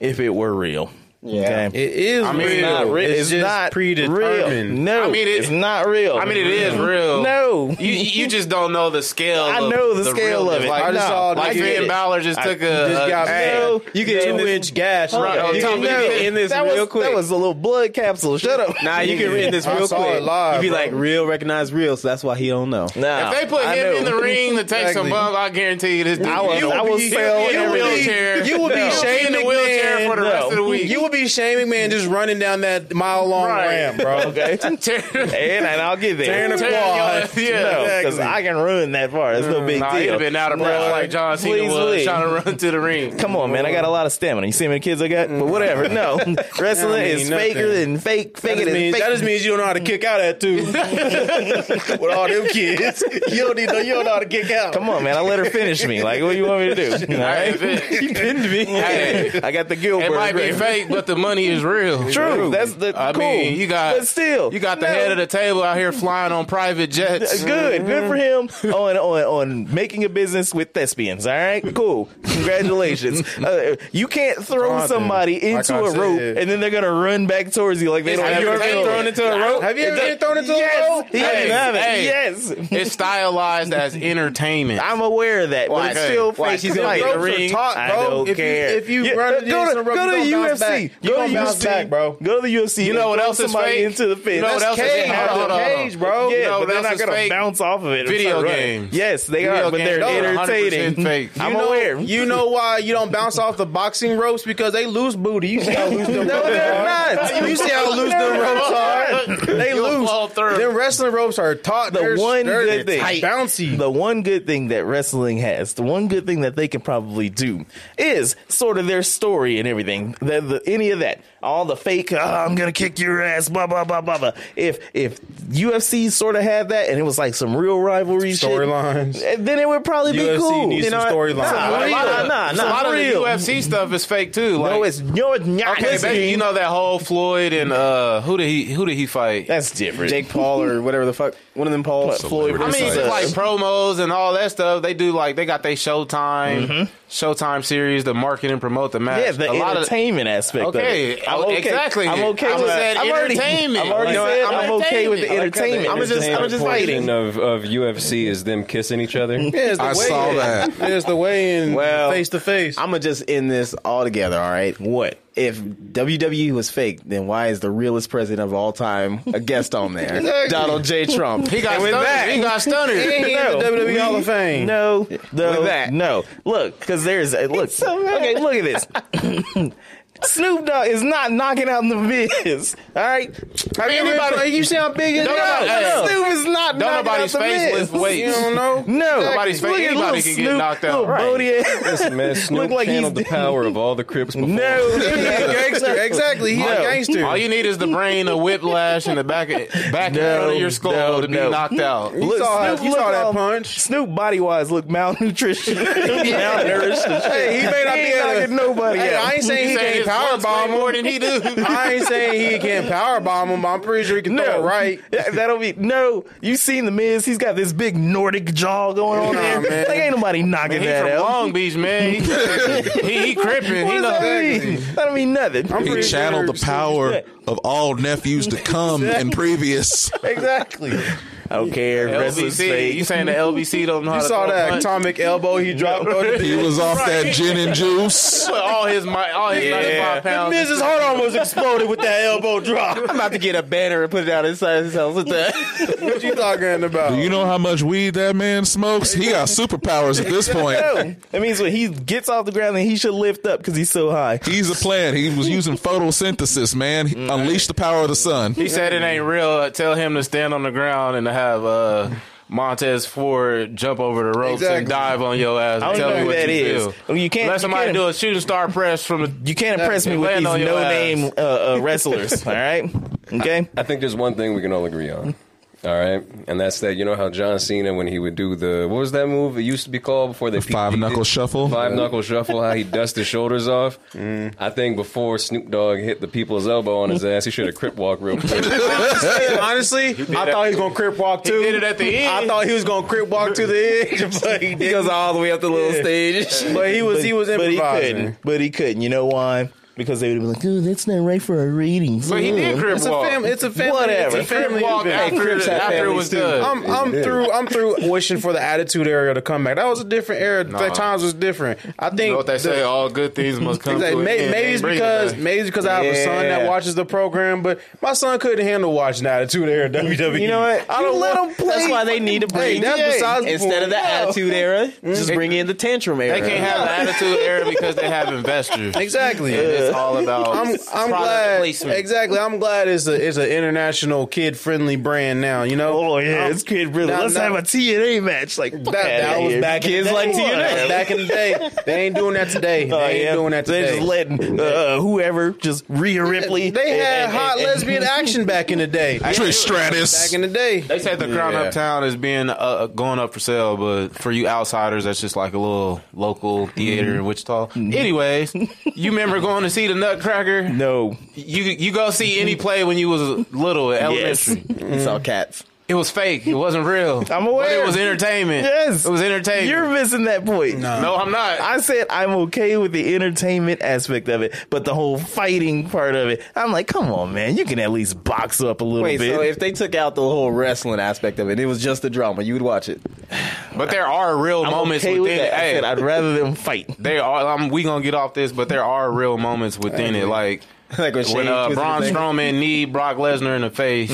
if it were real. Yeah.
It is
mean,
real.
it's not
re-
it's, just
not
predetermined.
Real. No,
I mean, it-
it's not real.
I mean, it is real.
No.
you you just don't know the scale.
I
of
know the scale
realness.
of it.
Like,
I just saw-
like
I get
Finn
it.
Balor just took a.
just
a-
got
Hey,
No.
You can end
two
this-
inch gash.
Hold
right
on.
You
Tell
can,
me
you
that-
can end this
that
real
was,
quick.
That was a little blood capsule. Shut up.
nah, you can end this
I
real
saw it
quick.
live,
you be
bro.
like real, recognize real, so that's why he don't know.
Nah,
If they put
I
him in
know.
the ring to take some
Exactly.
bump, I guarantee you this.
I will-
you
I will
be,
sell
you in a
everything.
wheelchair.
You will be
You'll
Shane
in a wheelchair
McMahon.
for the rest of the
No.
week.
You would be Shane McMahon just running down that mile long
Right.
ramp, bro.
Okay. and, and I'll get there.
Tearing the
Tearing
quad.
your- yeah,
because
exactly.
I can run that far. It's no big
Mm. Nah,
deal.
he'd have been out of breath
No,
like John Cena
please
was
leave.
trying to run to the ring.
Come on, man. I got a lot of stamina. You see how many kids I got? But whatever. No. Wrestling
I mean,
is
nothing.
faker than fake.
That
Faker
just,
than
means,
fake.
that just means you don't know how to kick out at too. With all them kids, you don't need, you don't know how to kick out.
Come on, man. I let her finish me. Like, what do you want me to do? All
Hey, if
right?
it-
She pinned me.
Hey.
I got the Gilbert.
It might be
grade.
fake, but the money is real.
True. That's the
I
cool.
mean, you got
but still,
you got the
no.
head of the table out here flying on private jets.
Good, good for him on on on making a business with thespians. All right, cool. Congratulations. Uh, you can't throw
Jonathan,
somebody
like
into
I
a rope
said-
and then they're gonna run back towards you like they
It's
don't.
like
ever
you ever
feel
thrown
it.
into a rope?
Have you ever been thrown into a rope?
Yes, yes,
Hey, hey.
yes.
It's stylized as entertainment.
I'm aware of that, but
Why?
it's still
Why?
fake.
She's
It's
gonna
like,
get the ring.
taught,
I
bro.
don't
if
care.
You, if you
Yeah,
run
go to-
go,
go to
to
UFC.
UFC.
You gonna bounce back, bro.
Go to the UFC.
You know
and
what
throw
else is
somebody
fake?
Into the fake.
You know what else is
cage,
fake? Hold on, hold on, hold on.
cage, bro.
Yeah,
You know
but
what
they're
else
not
is
gonna
fake?
bounce off of it. and
Video
start running.
games.
Yes, they
Video
are, but
games,
they're
those are 100%
entertaining.
fake. You
I'm
You know-
aware.
You know why you don't bounce off the boxing ropes because they lose booty. You see how loose them
No,
ropes
they're
are.
not.
You see how loose them ropes are. They
You'll
lose.
fall through.
Them wrestling ropes are taut.
The
they're,
one
they're
good thing,
tight, bouncy.
The one good thing that wrestling has, the one good thing that they can probably do is sort of their story and everything. The, the, any of that, all the fake, "Ah, I'm gonna kick your ass, blah blah blah blah blah. If if UFC sort of had that and it was like some real rivalry shit,
Storylines.
eh, then it would probably be
UFC
cool.
needs
you know,
some storylines.
Nah,
a lot
nah,
of,
nah,
a
nah,
lot
for
of the
real.
UFC stuff is fake too. Like,
no, it's no, it's not.
okay,
Listen,
basically, you know that whole Floyd and uh, who did he who did he fight?
that's different.
Jake Paul or whatever the fuck, one of them Pauls.
Floyd
I
versus
mean,
uh,
like promos and all that stuff. They do like they got their Showtime Showtime series to market and promote the match.
Yeah, the
a lot of
entertainment aspect.
Okay,
of it. I'm
uh,
okay.
exactly.
I'm okay
I
with
said
I'm already-
entertainment.
I'm already
You know,
said
I'm
I'm okay with the
entertainment.
entertainment.
I'm just- I'm just
fighting.
fighting.
Portion of, of UFC is them kissing each other.
Yeah, it's the
I
way
saw
in.
that.
It's the way in
Well,
face to face.
I'm gonna just end this all together. All right. What if WWE was fake? Then why is the realest president of all time a guest on there? Donald J. Trump.
He got
And with
stunned.
that-
He got stunned.
in the WWE Hall of Fame.
No, no,
With that.
no. Look, because there's a look. okay, look at this. Snoop Dogg is not knocking out the Miz. All right,
Have you
Anybody-
ever- you see how big it is?
Don't nobody-
No.
hey,
Snoop is not
Don't
knocking out
nobody's
the
face
Miz.
lift weights.
You don't know.
No,
Nobody's face-
Look at
anybody
little
can get
Snoop,
knocked out.
little
Right.
body ass.
This man Snoop
Look like he's
channeled the
dead.
power of all the Crips before.
No,
He's a gangster. Exactly. He's a gangster.
All you need is the brain, a whiplash, and the back of, back in front of your skull
no,
to be
no.
knocked out.
You saw,
Snoop
you saw
look
that
all-
punch.
Snoop body wise look malnutrition, malnourished. as shit.
Hey, he may not
He
be
ain't
able to-
knocking nobody
Hey,
out.
I ain't saying he
Saying
can't
his
power
lungs weigh
bomb
more than
him.
he do.
I ain't saying he can't power bomb him. I'm pretty sure he can throw it right.
Yeah, That'll be no. You seen the Miz? He's got this big Nordic jaw going on
Nah,
there.
man.
Like ain't nobody knocking
He
that
from
out.
Long Beach, man. He he, he cripping.
what
He
does
know
that mean? That don't mean nothing.
I'm
He
pretty
channeled
sure
the power of all nephews to come in previous.
exactly. I don't care.
LBC.
Wrestling
You
space.
saying the LBC don't know how
You
to
saw
throw a
that
punch?
atomic elbow he dropped on the
He was off that gin and juice.
Put all his mi- all his 95 pounds.
Mrs. Hart almost exploded with that elbow drop.
I'm about to get a banner and put it out inside his house with that.
What you talking about?
Do you know how much weed that man smokes? He got superpowers at this point.
That means when he gets off the ground, then he should lift up because he's so high.
He's a plant. He was using photosynthesis, man. He unleashed the power of the sun.
He said it ain't real. Uh, tell him to stand on the ground and to have uh, Montez Ford jump over the ropes and
Exactly.
dive on your ass.
I
And
don't
tell
know
me
who
what
that
you
is.
feel.
Well, you can't-
Let
you
somebody
can't-
do a shooting star press from the.
You can't impress me with
Land
these
on your
no-name
ass.
uh, uh, wrestlers. All right, okay.
I think there's one thing we can all agree on. All right, and that's that. You know how John Cena when he would do the what was that move? It used to be called before they
Five knuckle shuffle.
Five knuckle shuffle. How he dust his shoulders off.
Mm.
I think before Snoop Dogg hit the people's elbow on his ass, he should have crip walk real quick.
Honestly, I thought he was gonna crip walk too.
did it at the end.
I thought he was gonna crip walk to the edge, but he
he
didn't.
goes all the way up the little stage.
But he was he was
but he
improvising.
couldn't. But he couldn't. You know why? Because they would have been like, "Oh, that's not right for our ratings."
But he did crip
It's a
walk.
family. It's a family.
Whatever.
It's a family.
Crip walk
event.
after,
Crips have
after it
families,
was
too.
done.
I'm I'm through I'm through wishing for the attitude era to come back. That was a different era.
Nah.
That times was different. I think
you know what they
the-
say? All good things must come.
Exactly.
to an
May-
end.
maybe it's
Bring it
because
back.
maybe it's because I have a son that
Yeah.
watches the program, but my son couldn't handle watching Attitude Era WWE.
You know what?
E. I don't
You let
want-
him play.
That's why they need to bring
Hey, that's besides the
instead of the
point.
attitude era, just bring in the tantrum era.
they can't have the attitude era because they have investors.
Exactly.
It's all about.
I'm I'm
product
glad.
placement.
Exactly. I'm glad it's a it's an international kid friendly brand now. You know.
Hold on, Oh, yeah,
Um,
it's kid brother.
nah,
Let's
nah.
have a TNA match. Like
That, that was back in
Kids
the day.
like TNA.
That was back in the day. They ain't doing that today. they ain't doing that
They're
today.
Oh, just letting uh, whoever just Rhea Ripley.
they had
and- and-
hot
and-
lesbian action back in the day.
Trish
Back
Stratus.
in the day.
They said the Crown
Yeah.
Uptown is being uh, going up for sale, but for you outsiders, that's just like a little local
Mm-hmm.
theater in Wichita. Anyways, you remember going to see the Nutcracker?
No,
You you go see any play when you was little at
yes,
elementary?
it's all cats.
It was fake. It wasn't real.
I'm
But
aware.
it was entertainment.
Yes.
it was entertainment.
You're missing that point.
no, I'm not.
I said I'm okay with the entertainment aspect of it, but the whole fighting part of it, I'm like, come on, man, you can at least box up a little
Wait,
bit.
so if they took out the whole wrestling aspect of it, it was just the drama. You would watch it.
but there are real
I'm
moments
okay with
within it.
that. I
Hey,
said I'd rather them fight.
they are. I'm, we gonna get off this, but there are real moments within it. Like
Like when,
when
Shane
uh,
twisted
Braun
his ankle.
Strowman knee Brock Lesnar in the face,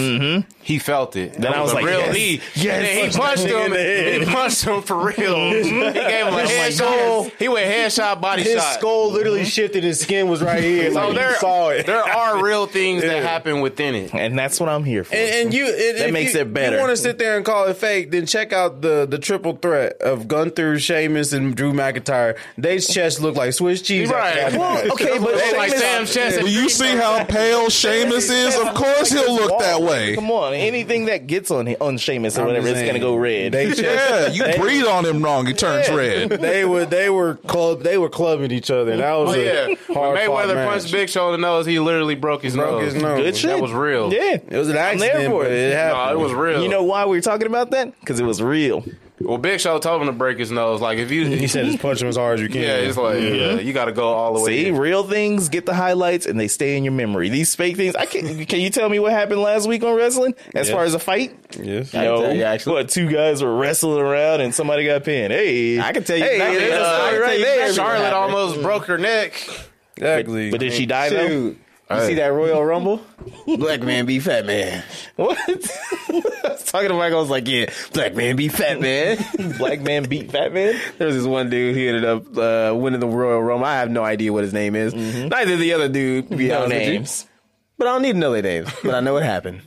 he felt it. Then
Mm-hmm. I was like,
real
yes,
knee.
yes,
and then he
punch
punched
that nigga in
him.
the head.
He punched him for real. he gave him a headshot. He went headshot, body
His
shot.
skull literally shifted. His skin was right here.
so
like,
there,
you saw it.
there are real things that happen within it.
And that's what I'm here for.
And, and you, and
That
if
makes
you,
it better.
You want to sit there and call it fake? Then check out the the triple threat of Gunther, Sheamus, and Drew McIntyre. They chest look like Swiss cheese.
Right.
after that.
okay, but
They like
Sheamus-
Sam Chess
Do
and
you see how pale Seamus is? Of course he'll look that way.
Come on, eh. anything that gets on on Sheamus or
I'm
whatever,
just
it's gonna
saying,
go red.
They chest.
Yeah, you breathe on him wrong, he turns red.
They were they were club they were clubbing each other. That was
Oh, yeah.
a hard fought
Mayweather
match.
punched Big Show in the nose. He literally broke his
Broke
nose.
his nose.
Good shit.
That was real.
yeah,
It was an accident.
there for
but
it.
it
No,
happened.
it was real.
You know why we were talking about that? Because it was real.
well, Big Show told him to break his nose. Like if you,
he said, "Just punch him as hard as you can."
yeah, it's like yeah, you got to go all the way.
See,
in.
real things get the highlights and they stay in your memory. These fake things, I can. Can you tell me what happened last week on wrestling as far as a fight?
Yes.
No,
tell you, actually.
what two guys were wrestling around and somebody got pinned. Hey,
I can tell you
Hey,
exactly-
there's a
uh, I
story
can tell
right
you
there.
exactly what
Charlotte
happened.
almost broke her neck.
exactly.
But did she die though?
Dude, you see that Royal Rumble? Black man be fat man.
What?
I was talking to Mike. I was like, yeah, black man be fat man.
Black man beat fat man.
there was this one dude. He ended up uh, winning the Royal Rumble. I have no idea what his name is. Neither the other dude. To be
Mm-hmm. No
honest with you.
names.
But I don't need to know their names. But I know what happened.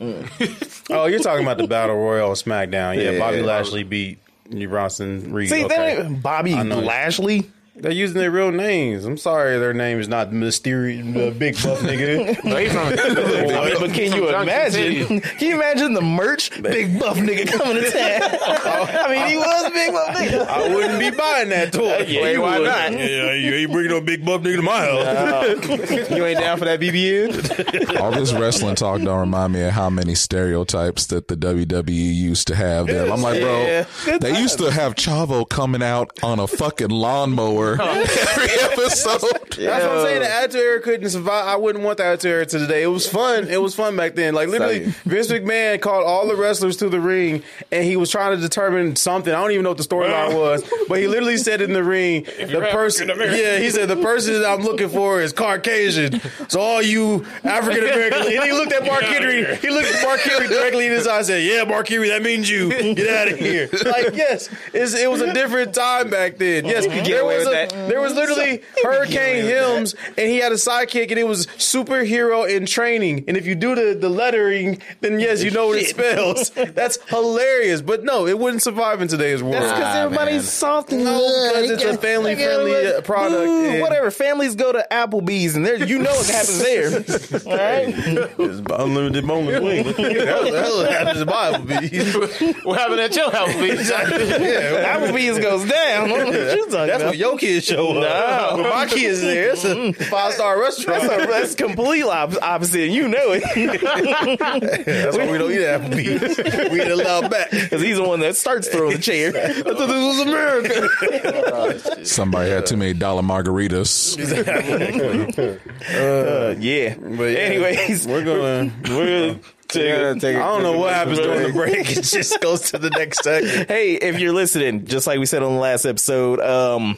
oh, you're talking about the battle royal on SmackDown. Yeah,
Yeah.
Bobby Lashley beat New Bronson Reed.
See,
Okay.
then Bobby
I know.
Lashley.
They're using their real names. I'm sorry, their name is not mysterious. Uh, big buff nigga.
So he from,
But can you
Junction
imagine? Can you imagine the merch? Big buff nigga coming to town. I mean, he was big buff nigga.
I wouldn't be buying that toy.
Wait, why not?
Yeah, you ain't bringing no big buff nigga to my house.
you ain't down for that BBN?
All this wrestling talk don't remind me of how many stereotypes that the WWE used to have there. I'm like, bro, they used to have Chavo coming out on a fucking lawnmower hour every episode.
That's what I'm saying. The attitude era couldn't survive. I wouldn't want the attitude era to today. It was fun. It was fun back then. Like literally, Vince McMahon called all the wrestlers to the ring, and he was trying to determine something. I don't even know what the storyline was, but he literally said in the ring, the person. Yeah, he said the person that I'm looking for is Caucasian. So all you African American, and he looked at Mark Henry. He looked at Mark Henry directly in his eyes and said, "Yeah, Mark Henry, that means you. Get out of here." Like yes, it's, it was a different time back then. Yes, there
away
was
with
a,
that.
there was literally Hurricane Helms, and he had a sidekick, and it was superhero in training. And if you do the, the lettering, then yes, you know what it spells. That's hilarious. But no, it wouldn't survive in today's world.
That's because
Nah,
everybody's
man.
soft and
No,
good.
because it's a
They got-
family-friendly,
they got,
uh, product,
Ooh,
and-
Whatever. Families go to Applebee's, and there you know what happens there.
All right.
It's unlimited moment wing. that was the hell that happened to Bible
What happened at your house,
Yeah,
Applebee's goes down. What you talking
that's
about?
when your kids show up. When my kids there, it's a five star restaurant.
Mm-hmm. That's, a, that's complete op- opposite. and You know it
That's why we don't eat Applebee's. We ain't allowed back.
because he's the one that starts throwing the chair.
I thought this was America.
Somebody had too many dollar margaritas.
Uh, yeah.
But yeah,
Anyways,
we're gonna we're gonna take,
We're gonna take a-
I don't know what happens during the
break.
break. It just goes to the next segment.
hey, if you're listening, just like we said on the last episode, um,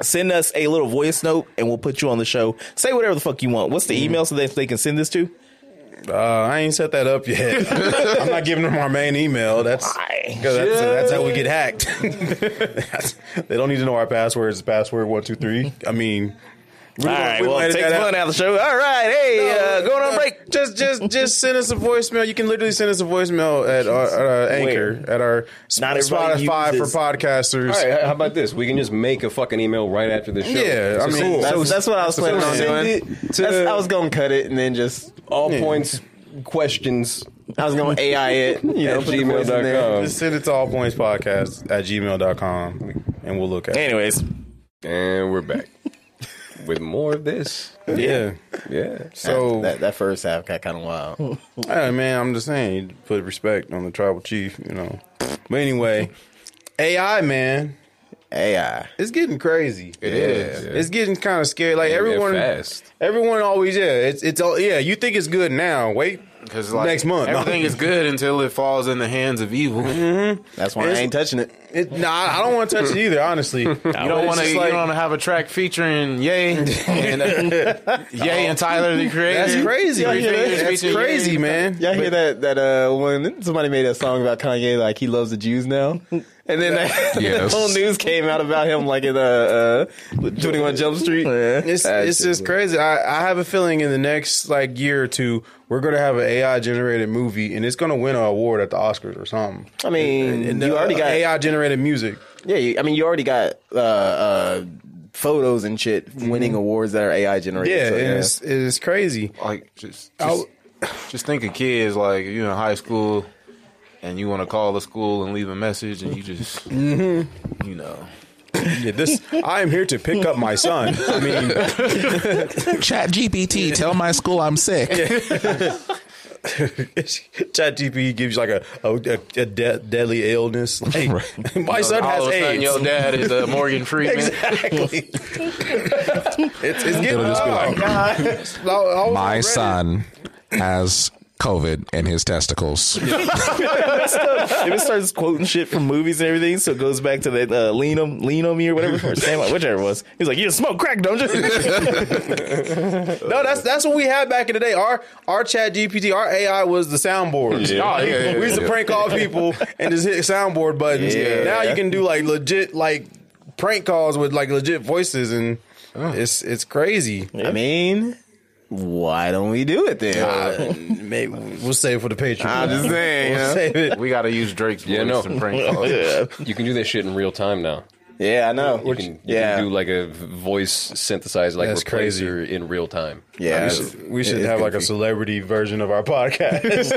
send us a little voice note and we'll put you on the show. Say whatever the fuck you want. What's the email so that they can send this to?
Uh, I ain't set that up yet. I'm not giving them our main email. That's
Why?
'cause that's, that's how we get hacked. That's- they don't need to know our passwords. Password one two three. I mean, we
All
don't-
right,
we don't
well,
edit
take
that
the
out.
fun out of the show. All right, hey, uh, going on
No,
break.
Just, just, just send us a voicemail. You can literally send us a voicemail at our, at our anchor at our
Not everybody
Spotify for
uses-
podcasters.
All right, how about this? We can just make a fucking email right after this show.
Yeah, I
So
mean,
send-
that's-
so
Oh, That's what I was planning on
send
doing.
it to-
That's- I was going to cut it and then just all
all
points.
points, questions.
I was going to AI it, you know,
At
put the voice in there.
gmail.com.
Just send it to all points podcast at gmail.com and we'll look at it.
Anyways,
And we're back with more of this.
Yeah.
Yeah.
So,
that, that first half got kind of wild.
hey, man, I'm just saying, you put respect on the tribal chief, you know. But anyway, AI, man,
AI.
it's getting crazy. It
is, yeah.
It's getting kind of scary. Like, everyone,
fast.
everyone always, yeah, it's, it's, all, yeah, you think it's good now. Wait.
Because like
Next month. No.
everything is good until it falls in the hands of evil.
That's why I ain't touching it.
It, nah, I don't want to touch it either, honestly. you
You don't want to. you don't want to have a track featuring Yay and uh, Yay and Tyler the Creator.
That's crazy.
Three fingers
That's
featuring Ye.
crazy, man.
Y'all hear that that uh when somebody made that song about Kanye like he loves the Jews now, and then that the
Yes.
whole news came out about him like in uh, uh Twenty One Jump Street.
It's it's just crazy. I, I have a feeling in the next like year or two, we're gonna have an AI generated movie, and it's gonna win an award at the Oscars or something.
I mean, you
uh,
already got
AI generated music.
yeah. You, I mean, you already got uh uh photos and shit
Mm-hmm.
winning awards that are AI generated.
Yeah,
so,
and it's it's crazy.
Like just,
I
just,
w-
just think of kids. Like you in high school, and you want to call the school and leave a message, and you just,
Mm-hmm.
you know,
Yeah, this I am here to pick up my son. I mean,
Chat GPT, tell my school I'm sick.
ChatGPT gives you like a a, a- a de- deadly illness. Like my son
all
has
of a sudden
AIDS.
your dad is uh, Morgan Freeman.
Exactly. it's, it's getting
It'll just be
oh,
like-
God. I- I was on
My
Reddit.
son has COVID in his testicles.
if it starts quoting shit from movies and everything, so it goes back to that uh, lean on lean on me or whatever, or stand by, whichever it was. He's like, you smoke crack, don't you?
No, that's that's what we had back in the day. Our our chat GPT, our AI was the soundboard.
Oh, yeah, yeah,
we used to prank call people and just hit soundboard buttons.
Yeah.
Now you can do like legit like prank calls with like legit voices and it's it's crazy.
I mean, why don't we do it then?
Uh, maybe we'll save it for the Patreon.
I'm just saying,
We'll
huh?
save it.
We got to use Drake's voice
Yeah, no.
and prank calls.
You can do that shit in real time now.
Yeah, I know.
You can, you
yeah,
can do like a v- voice synthesizer, like
That's
replacer
crazy.
in real time.
yeah.
We should, we
it
should
is
have like a
goofy.
celebrity version of our podcast.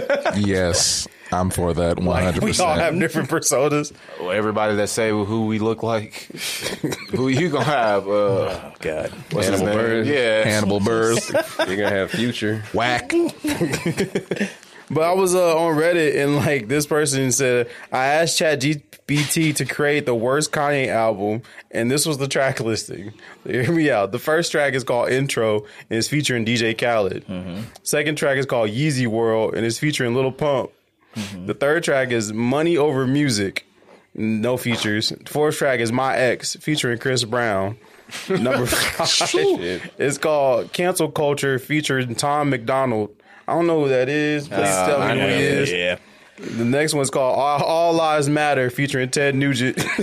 yes, I'm for that
we all have
100%.
different personas.
Well, everybody that say who we look like, who you gonna have?
Oh,
Uh,
God.
what's his
Hannibal
name?
Buress.
Yeah,
Hannibal Burrs,
You're gonna have future.
whack.
But I was uh, on Reddit and like this person said, I asked ChatGPT to create the worst Kanye album, and this was the track listing. Hear me out. The first track is called Intro and it's featuring DJ Khaled. Second track is called Yeezy World and it's featuring Little Pump. The third track is Money Over Music, no features. Fourth track is My Ex featuring Chris Brown. Number five is called Cancel Culture featuring Tom McDonald. I don't know who that is. Please tell me who he is.
Yeah.
The next one's called All, All Lives Matter featuring Ted Nugent.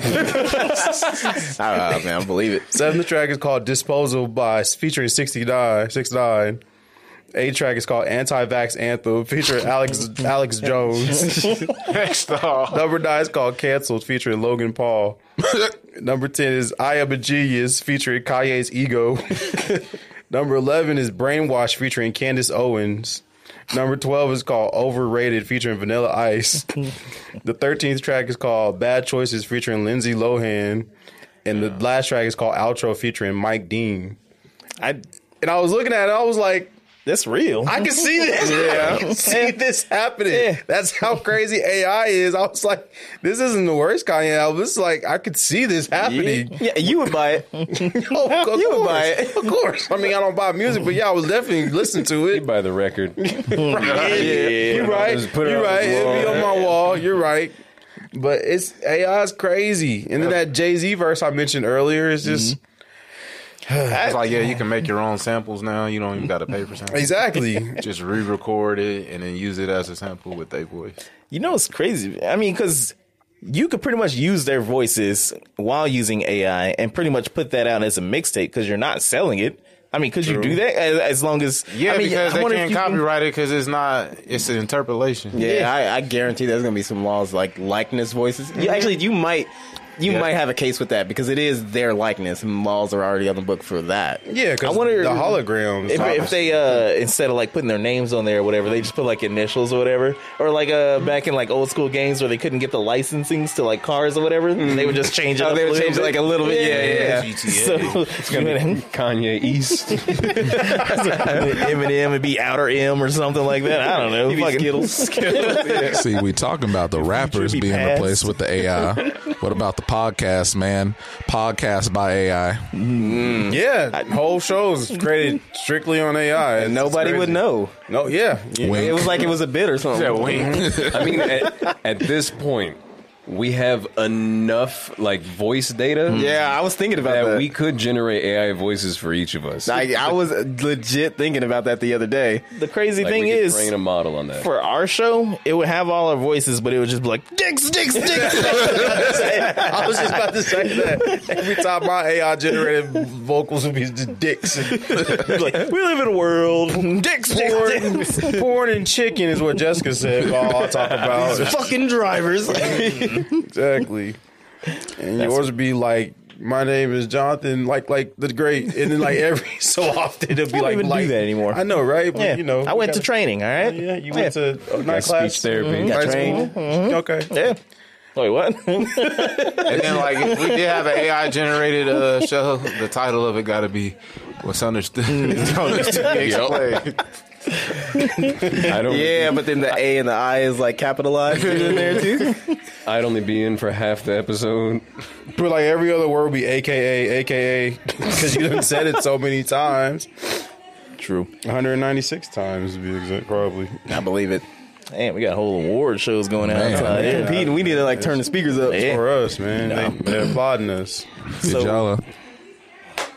Ah, man, I don't believe it.
Seventh track is called Disposal by featuring 69. 69. Eighth track is called Anti Vax Anthem featuring Alex Alex Jones.
Next off.
Number nine is called Cancelled featuring Logan Paul. Number 10 is I Am a Genius featuring Kanye's Ego. Number 11 is Brainwash featuring Candace Owens. Number 12 is called Overrated featuring Vanilla Ice. the 13th track is called Bad Choices featuring Lindsay Lohan. And the last track is called Outro featuring Mike Dean. I and I was looking at it, I was like,
That's real.
I can see this. I can see this happening. That's how crazy AI is. I was like, this isn't the worst Kanye album. This is like, I could see this happening.
Yeah, you would buy it.
Oh, of
You would
course.
buy it.
Of course. I mean, I don't buy music, but yeah, I was definitely listening to it.
By the record,
You're right.
Just put it
You're
on
right.
the
It'll be
wall.
on my wall. You're right. But it's AI is crazy. And then that Jay Z verse I mentioned earlier is just.
It's like, yeah, you can make your own samples now. You don't even got to pay for samples.
Exactly.
Just re-record it and then use it as a sample with their voice.
You know, it's crazy. I mean, because you could pretty much use their voices while using AI and pretty much put that out as a mixtape because you're not selling it. I mean, could you do that as, as long as
Yeah,
I mean,
because
I
they
wonder if
can't
you can-
copyright it 'cause it because it's not. It's an interpolation.
Yeah, I, I guarantee there's gonna be some laws like likeness voices. You, actually, you might you
Yeah.
might have a case with that because it is their likeness, and laws are already on the book for that.
Yeah,
I
because
wonder-
the holograms.
If, if they uh instead of like putting their names on there or whatever, they just put like initials or whatever, or like uh back in like old school games where they couldn't get the licensings to like cars or whatever, Mm-hmm. they would just change it.
Oh,
up
they
a
would
little
change it
bit.
like a little bit. Yeah, yeah. yeah.
So it's gonna be
Kanye East.
Eminem and be outer M or something like that. I don't know. Fucking-
See, we talking about the rappers
be
being
passed.
replaced with the AI. what about the podcast, man? Podcast by AI.
yeah, whole shows created strictly on AI.
And nobody would know.
No, yeah.
Wink.
It was like it was a bid or something.
I mean, at, at this point, we have enough like voice data.
Yeah, I was thinking about
That
that.
we could generate AI voices for each of us.
I, I was legit thinking about that the other day.
The crazy
Like,
thing
we could
is,
train a model on that.
for our show, it would have all our voices, but it would just be like dicks, dicks, dicks.
I was just about to say that. Every time my AI generated vocals would be just dicks. And
like, we live in a world dicks, dicks,
porn,
dicks.
porn and chicken is what Jessica said. All I'll talk about.
Fucking drivers.
exactly. And yours would be like, my name is Jonathan, like like the great. And then like every so often it'll be
don't
like,
even do
like-
that anymore.
I know, right? But
Yeah,
you know,
I went
we
to
gotta-
training. All right.
Yeah, you went to a night
Speech
class
therapy.
High
trained.
school? Mm-hmm. Okay.
Yeah. Wait, what?
And then, like, if we did have an AI generated uh, show, the title of it got to be "What's Understood."
I don't.
yeah, but then the A and the I is like capitalized in there too.
I'd only be in for half the episode.
But like every other word would be AKA, AKA, because you done said it so many times.
True.
196 times would be exact, probably.
I believe it.
Man, we got whole award shows going on
Man.
outside.
Yeah,
here.
Pete, Uh, we need to like turn the speakers up.
For us, man. They, they're applauding us.
Did y'all, uh,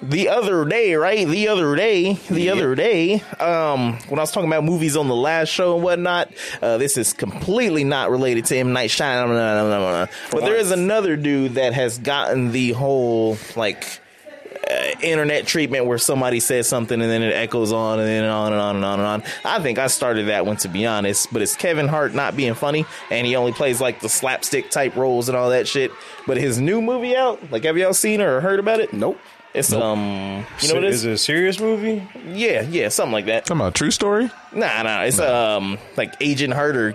the other day, right? The other day, the other day, um, when I was talking about movies on the last show and whatnot, uh, this is completely not related to M Night Shyamalan, but there is another dude that has gotten the whole like uh, internet treatment where somebody says something and then it echoes on and then on and on and on and on. I think I started that one to be honest, but it's Kevin Hart not being funny and he only plays like the slapstick type roles and all that shit. But his new movie out, like have y'all seen or heard about it? Nope. It's um, you know what it
is
is?
it a serious movie?
Yeah, yeah, something like that.
talking about true story?
Nah, nah, it's um like Agent Hart or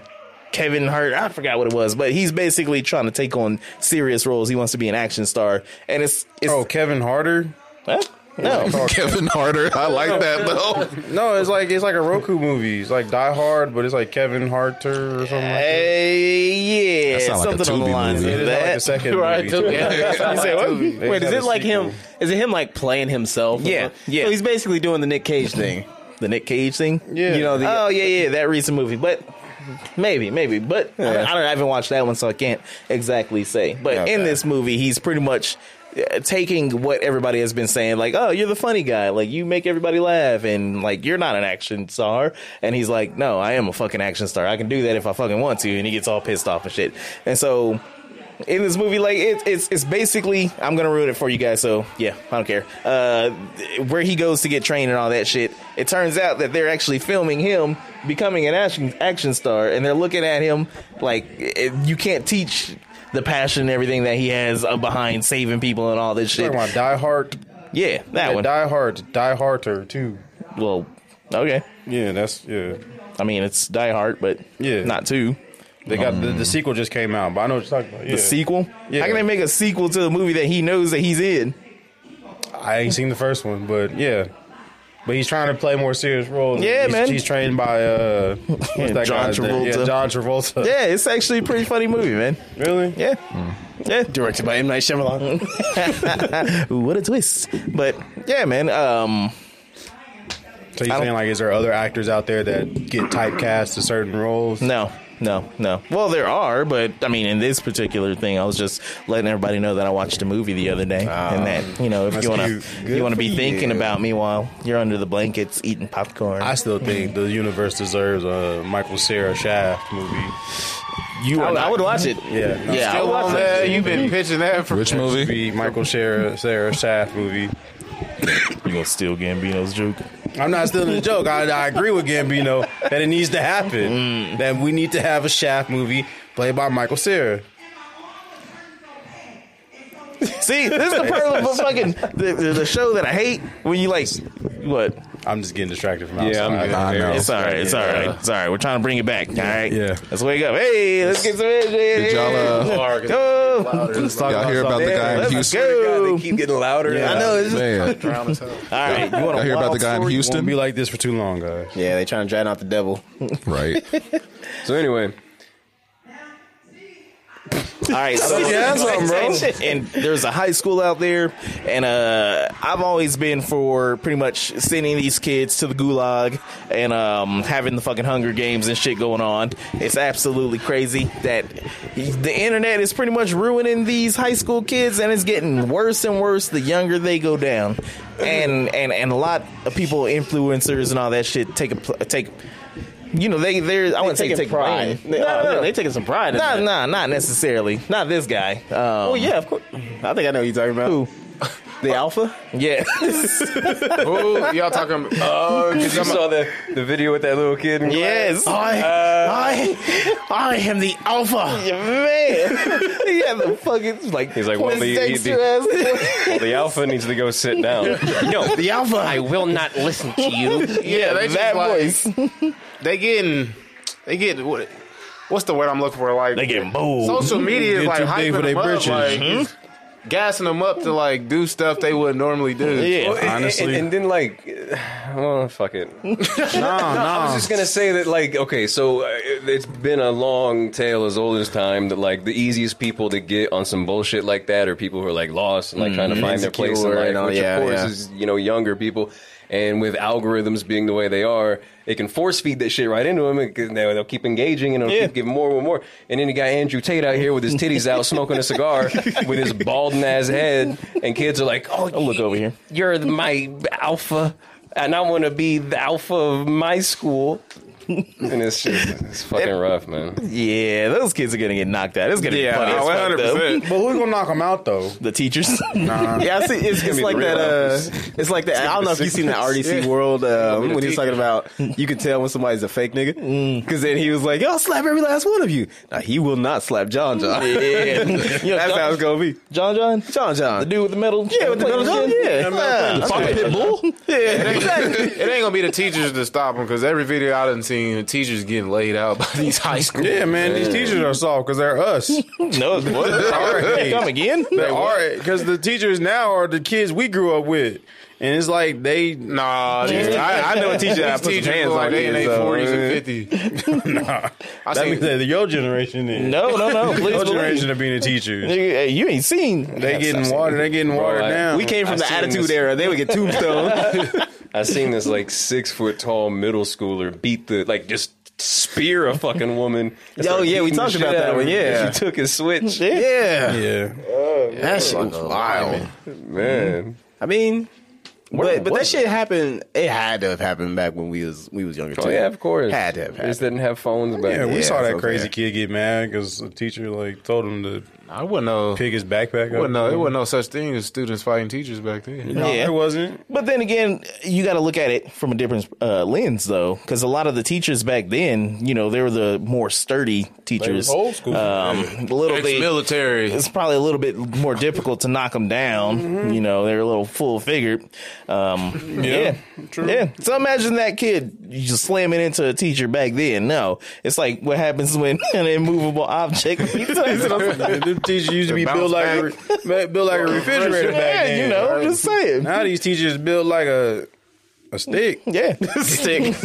Kevin Hart. I forgot what it was, but he's basically trying to take on serious roles. He wants to be an action star, and it's it's
Oh, Kevin Harder?
Huh? No,
Kevin Harder. I like that though.
No, it's like it's like a Roku movie. It's like Die Hard, but it's like Kevin Harter or something. Like that.
hey, yeah,
That sound like a
something on the
Tubi
lines
movie.
It
of
is like the
that.
second
Right,
movie.
yeah.
You say, what?
They
Wait, is
had
it
a
like him?
sequel.
Is it him like playing himself?
Yeah, yeah.
So he's basically doing the Nick Cage thing.
The Nick Cage thing.
Yeah.
You know, the,
oh yeah, yeah, that recent movie, but maybe, maybe, but I, don't, I don't. I haven't watched that one, so I can't exactly say. But in this movie, he's pretty much uh, taking what everybody has been saying, like, "Oh, you're the funny guy, like you make everybody laugh, and like you're not an action star." And he's like, "No, I am a fucking action star. I can do that if I fucking want to." And he gets all pissed off and shit. And so in this movie, like it, it's it's basically I'm gonna ruin it for you guys. So yeah, I don't care. Uh, where he goes to get trained and all that shit. It turns out that they're actually filming him becoming an action action star, and they're looking at him like it, you can't teach the passion and everything that he has uh, behind saving people and all this shit.
Talking about Die Hard,
Yeah, that
yeah,
one.
Die Hard, Die Harder too.
Well, okay.
Yeah, that's yeah.
I mean, it's Die Hard, but
Yeah.
not two.
They got the, the sequel just came out, but I know what you're talking about. Yeah.
The sequel.
Yeah.
How can they make a sequel to a movie that he knows that he's in?
I ain't seen the first one, but yeah. But he's trying to play more serious roles.
Yeah,
he's,
man.
He's trained by uh, what's that
John
guy's name? Yeah,
Travolta.
John Travolta.
Yeah, it's actually a pretty funny movie, man.
Really?
Yeah. Yeah.
directed by M Night Shyamalan.
Ooh, what a twist. But yeah, man. Um,
So you're
don't-
saying like, is there other actors out there that get typecast to certain roles?
no, no, no. Well, there are, but I mean, in this particular thing, I was just letting everybody know that I watched a movie the other day, and that you know, if
that's
you wanna
cute.
you
Good
wanna Ah, be
for
thinking
you.
about me while you're under the blankets eating popcorn,
I still think the universe deserves a Michael Cera Shaft movie.
you I, would watch it.
Yeah.
yeah, I would
Still
watch
on
it.
that? You've been pitching that for
Which movie?
Be Michael Cera Cera Shaft movie.
You gonna steal Gambino's joke?
I'm not stealing the joke. I, I agree with Gambino that it needs to happen. That we need to have a Shaft movie played by Michael Cera.
See, this is the pearl of a fucking the, the, the show that I hate when you like what?
I'm just getting distracted from outside.
Yeah, I'm good.
I know.
It's all right. It's all right. It's all right. We're trying to bring it back. All right.
Yeah.
Let's wake up. Hey, let's get some energy.
Did y'all, uh,
Go.
y'all hear about the guy in
Let's
Houston?
go.
keep getting louder.
Yeah.
I know. It's just,
Man,
All right. You want
y'all
to
hear about the guy in
Won't be
Houston?
like this for too long, guys.
yeah, they trying to drown out the devil.
Right.
So anyway,
All right. So,
Yeah, that's something, bro.
And there's a high school out there, and uh, I've always been for pretty much sending these kids to the gulag and um, having the fucking Hunger Games and shit going on. It's absolutely crazy that the internet is pretty much ruining these high school kids, and it's getting worse and worse the younger they go down. And and and a lot of people, influencers and all that shit, take a pl- take. You know they they I wouldn't say
taking
take pride.
pride. They- oh, they- they taking some pride in
Nah,
that.
nah, not necessarily. Not this guy. Um,
Oh yeah, of course. I think I know who you're talking about.
Who?
The Alpha?
Yeah.
Ooh, y'all talking? Oh,
you saw the, the video with that little kid. in
yes.
I, I, I am the Alpha.
Yeah, man. he had the fucking like.
He's like, well, the-
mistakes
the-
your ass.
class? The alpha needs to go sit down. no,
The Alpha.
I will not listen to you.
yeah, they just
that
like,
voice.
They getting, they get what? What's the word I'm looking for? Like
They getting bold.
social media is
Get
like
too big
hyping
for
them
they
up,
britches.
like it's gassing them up to like do stuff they wouldn't normally do.
yeah.
Honestly.
and, and then like, oh fuck it.
Nah,
I
nah.
was just gonna say that, like, okay, so uh, it- it's been a long tale as old as time that, like, the easiest people to get on some bullshit like that are people who are like lost and like trying to find their place in
Mm-hmm. Insecure
life,
and all,
which
yeah,
of course
yeah.
is you know younger people. And with algorithms being the way they are, it can force feed that shit right into them. And can- they'll, they'll keep engaging and it'll
Yeah.
keep giving more and more. And then you got Andrew Tate out here with his titties out, smoking a cigar, with his balding ass head, and kids are like, "Oh,
I'll look over here.
you're my alpha, and I want to be the alpha of my school. and it's just it's fucking rough, man.
Yeah, those kids are gonna get knocked out. It's gonna
Yeah,
be funny. as fuck, though.
100%.
but who's gonna knock him out though?
The teachers.
Yeah, I see. It's, it's
be
like
the real
that. Uh, it's like that. I don't know if you've seen the RDC World um, when he was talking about you could tell when somebody's a fake nigga because then he was like, "Yo, I'll slap every last one of you." Now he will not slap John John.
yeah. Yo,
That's how
John,
it's gonna be.
John John.
John John.
The dude with the metal.
yeah, with the metal John. Yeah,
Yeah.
yeah.
It ain't, it ain't gonna be the teachers to stop them because every video I done seen thing, the teachers getting laid out by these high schools.
Yeah, man, these teachers are soft because they're us.
No, what? Come again?
They are because the teachers now are the kids we grew up with, and it's like they nah. these- I, I know a teacher that put
Teachers
some hands
boy,
like
they in
this,
their
so-
forties and fifties.
Nah,
I
that
seen-
means that your generation is
No, no, no. Please
your
believe.
generation of being a teacher.
Nigga, hey, you ain't seen.
They getting water. They getting watered
I-
down.
We came from
I
the
seen
attitude
this-
era. They would get tombstone.
I seen this like six foot tall middle schooler beat the like just spear a fucking woman. It's
Yo,
like
yeah, we
beating the
talked
shit
about
out
that
of
one,
her.
yeah.
she took his switch.
yeah.
yeah.
That shit was wild.
Man,
I mean, but, but that
was
shit happened. It had to have happened back when we was we was younger.
oh
too.
yeah, of course.
Had to have
They just
happened.
didn't have phones back.
Yeah, we
then.
saw
it's
that
okay.
crazy kid get mad because the teacher like told him to
I wouldn't know.
pick his backpack up.
Wouldn't know. It wasn't no such thing as students fighting teachers back then.
No,
Yeah.
it wasn't.
But then again, you got to look at it from a different uh, lens, though, because a lot of the teachers back then, you know, they were the more sturdy teachers.
was old school.
Um, a little bit.
Ex-military.
It's probably a little bit more difficult to knock them down.
Mm-hmm.
You know, they're a little full figured. Um, yeah, yeah. So imagine that kid you just slamming into a teacher back then. No, it's like what happens when an immovable object.
Them teachers used to be
Bounce
built like a, re- built like a refrigerator back
yeah,
then.
you know, I'm just saying.
Now these teachers built like a a stick.
Yeah, stick.